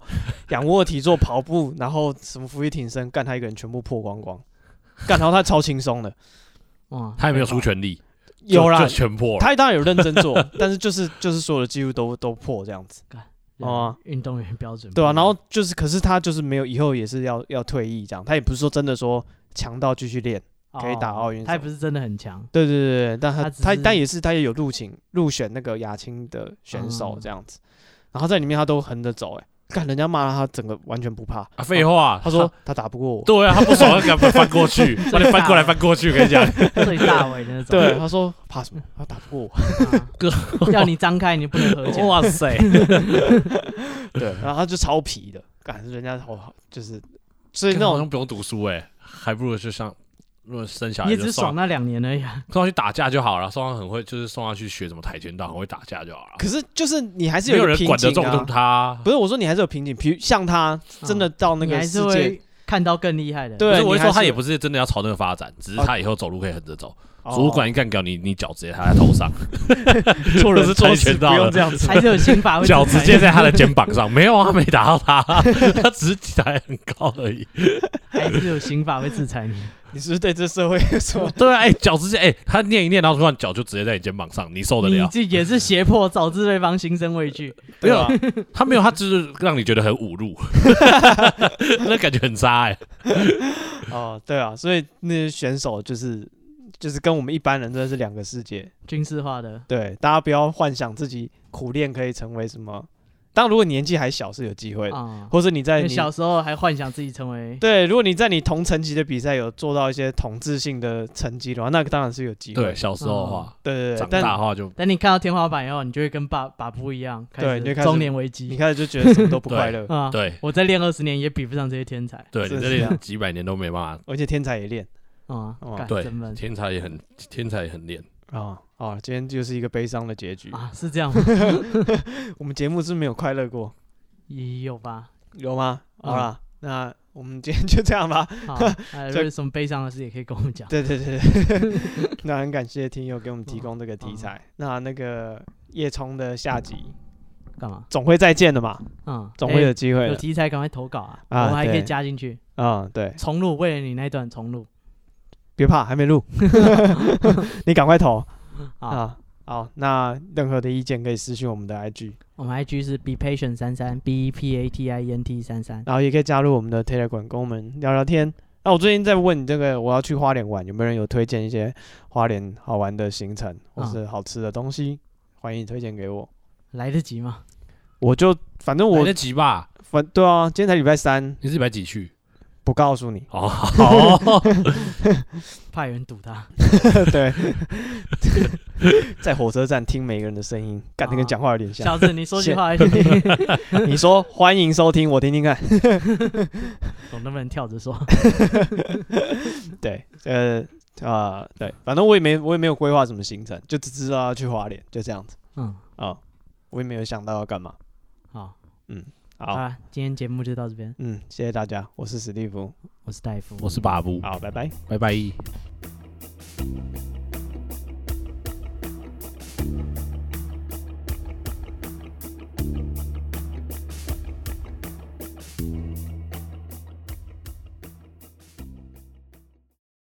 Speaker 1: 仰卧体坐、跑步，然后什么俯卧挺身，干他一个人全部破光光，干，然后他超轻松的，
Speaker 2: 哇，
Speaker 3: 他也没有出全力，就
Speaker 1: 有啦
Speaker 3: 就，全破了。
Speaker 1: 他当然有认真做， 但是就是就是所有的记录都都破这样子，哦
Speaker 2: 哦，运动员标准
Speaker 1: 对啊，然后
Speaker 2: 不
Speaker 1: 就是，可是他就是没有，以后也是要要退役这样，他也不是说真的说强到继续练。
Speaker 2: 一样
Speaker 1: 可以打奥运
Speaker 2: 哦他也
Speaker 1: 什么
Speaker 2: 不是真的很强，
Speaker 1: 对对对对，但他
Speaker 2: 他只
Speaker 1: 他
Speaker 2: 是
Speaker 1: 但也是他也有入请入选那个亚青的选手
Speaker 3: 哦
Speaker 2: 嗯
Speaker 1: 这样子，然后在里面他都横着走、欸，哎，看人家骂他，他整个完全不怕。
Speaker 3: 啊，废话，
Speaker 1: 他说他打不过我，
Speaker 3: 对啊，他不爽，他敢翻 过去，
Speaker 1: 啊
Speaker 3: 把你翻过来翻过去，我跟你讲，
Speaker 2: 最大尾的那种。
Speaker 1: 对， 他说怕什么？他打不过我。
Speaker 2: 啊要你张开，你不能合起来。
Speaker 3: 哇塞，
Speaker 1: 对，然后他就超皮的，感人家好好就是，所以
Speaker 3: 那
Speaker 1: 那
Speaker 3: 好
Speaker 1: 种
Speaker 3: 像不用读书哎，还不如就像如果生小
Speaker 2: 你
Speaker 3: 孩
Speaker 2: 也
Speaker 3: 就
Speaker 2: 只
Speaker 3: 送
Speaker 2: 爽那两年而已、啊，
Speaker 3: 送他去打架就好了，送他很会就是送他去学什么跆拳道，很会打架就好了，
Speaker 1: 可是就是你还是
Speaker 3: 没
Speaker 1: 有一个
Speaker 3: 有人
Speaker 1: 瓶
Speaker 3: 管得
Speaker 1: 颈
Speaker 3: 重嗯
Speaker 1: 啊。
Speaker 3: 他啊。
Speaker 1: 不是我说你还是有瓶颈，比如像他真的到那
Speaker 2: 你
Speaker 1: 个
Speaker 2: 还是
Speaker 1: 世界，
Speaker 2: 会看到更厉害的。
Speaker 1: 对
Speaker 3: 不是，我
Speaker 1: 你
Speaker 3: 会
Speaker 1: 还
Speaker 3: 说他
Speaker 1: 是哦
Speaker 3: 也不是真的要朝那个发展，只是他以后走路可以横着走。主管一干掉你，你脚直接他在头上，
Speaker 1: 错人
Speaker 3: 是
Speaker 1: 做
Speaker 3: 跆
Speaker 1: 事
Speaker 3: 拳
Speaker 1: 不
Speaker 3: 道
Speaker 1: 用
Speaker 3: 的
Speaker 1: 这样子，
Speaker 2: 还是有刑法会
Speaker 3: 脚直接在他的
Speaker 2: 的，
Speaker 3: 肩膀上。没有啊，没打到他， 他只是抬很高而已。
Speaker 2: 还是有刑法会制裁你。
Speaker 1: 你是不是对这社会有什么？
Speaker 3: 对啊，哎、脚直接哎、他念一念，然后突然脚就直接在你肩膀上，你受得
Speaker 2: 你
Speaker 3: 了？
Speaker 2: 这也是胁迫，导致对方心生畏惧。
Speaker 3: 没有
Speaker 1: 对吧，
Speaker 3: 他没有，他就是让你觉得很侮 辱，那感觉很渣哎、
Speaker 1: 哦，对啊，所以那些选手就是就是跟我们一般人真的是两个世界。
Speaker 2: 军事化的，
Speaker 1: 对，大家不要幻想自己苦练可以成为什么。当然如果年纪还小是有机会的，
Speaker 2: 啊、
Speaker 1: 或者你在
Speaker 2: 因为
Speaker 1: 你
Speaker 2: 小时候还幻想自己成为
Speaker 1: 对，如果你在你同层级的比赛有做到一些同质性的成绩的话，那个当然是有机会。
Speaker 3: 对，小时候的话，
Speaker 1: 哦对对对
Speaker 3: 长，大的
Speaker 1: 但
Speaker 3: 话就
Speaker 2: 等你看到天花板以后，你就会跟爸爸不一样，
Speaker 1: 对你就开始
Speaker 2: 中年危
Speaker 1: 你
Speaker 2: 机，
Speaker 1: 开始就觉得什么都不快乐
Speaker 2: 啊！
Speaker 3: 对
Speaker 2: 我再练二十年也比不上这些天才
Speaker 3: 对，
Speaker 1: 是
Speaker 3: 你这
Speaker 1: 是啊
Speaker 3: 里几百年都没办法。
Speaker 1: 而且天才也练
Speaker 2: 啊！
Speaker 1: 哦
Speaker 2: 干
Speaker 3: 对
Speaker 2: 真闷，
Speaker 3: 天才也很天才也很练，
Speaker 1: 啊啊！今天就是一个悲伤的结局。
Speaker 2: 啊，是这 样吗？
Speaker 1: 我们节目是没有快乐过，
Speaker 2: 也有吧。
Speaker 1: 有吗？好
Speaker 2: 嗯
Speaker 1: 啦，那我们今天就这样吧。
Speaker 2: 好，哎如
Speaker 1: 这
Speaker 2: 果有什么悲伤的事也可以跟我们讲。
Speaker 1: 对对对，对 那很感谢听友给我们提供这个题材。那那个叶冲的下集
Speaker 2: 干嘛？
Speaker 1: 总会再见的嘛，
Speaker 2: 嗯，
Speaker 1: 总会有
Speaker 2: 哎
Speaker 1: 机会
Speaker 2: 有
Speaker 1: 的。
Speaker 2: 题材赶快投稿啊，我
Speaker 1: 啊
Speaker 2: 们还可以
Speaker 1: 对
Speaker 2: 加进去
Speaker 1: 啊、嗯，对，
Speaker 2: 重录，为了你那一段重录
Speaker 1: 别怕，还没 录，你赶快投
Speaker 2: 啊。
Speaker 1: 啊。好，那任何的意见可以私信我们的 IG，
Speaker 2: 我们 IG 是 be patient 三三 b e p a t i e n t 三三。
Speaker 1: 然后也可以加入我们的 Telegram 跟我们聊聊天。那、我最近在问你这个，我要去花莲玩，有没有人有推荐一些花莲好玩的行程或是好吃的东西？欢迎推荐给我。
Speaker 2: 来得及吗？
Speaker 1: 我就反正
Speaker 3: 来
Speaker 1: 我
Speaker 3: 得及吧？
Speaker 1: 反对啊，今天才礼拜三，
Speaker 3: 你是礼拜 几去？
Speaker 1: 不告诉 你。
Speaker 3: 哦，好，
Speaker 2: 怕有人堵他。
Speaker 1: 对， 在火车站听每个人的声音，干的跟
Speaker 2: 啊
Speaker 1: 讲话有点像。
Speaker 2: 小子，你说句
Speaker 1: 谢
Speaker 2: 话， 听听
Speaker 1: 你说欢迎收听，我听听看。
Speaker 2: 我能不能跳着说？
Speaker 1: 对，呃啊、对，反正我也没我也没有规划什么行程，就只知道要去花莲，就这样子
Speaker 2: 嗯，
Speaker 1: 啊、我也没有想到要干嘛。
Speaker 2: 好，
Speaker 1: 好，
Speaker 2: 好啦，今天节目就到这边，
Speaker 1: 嗯，谢谢大家，我是史蒂夫，
Speaker 2: 我是戴夫，
Speaker 3: 我是巴布，
Speaker 1: 好，拜拜。
Speaker 3: 拜拜。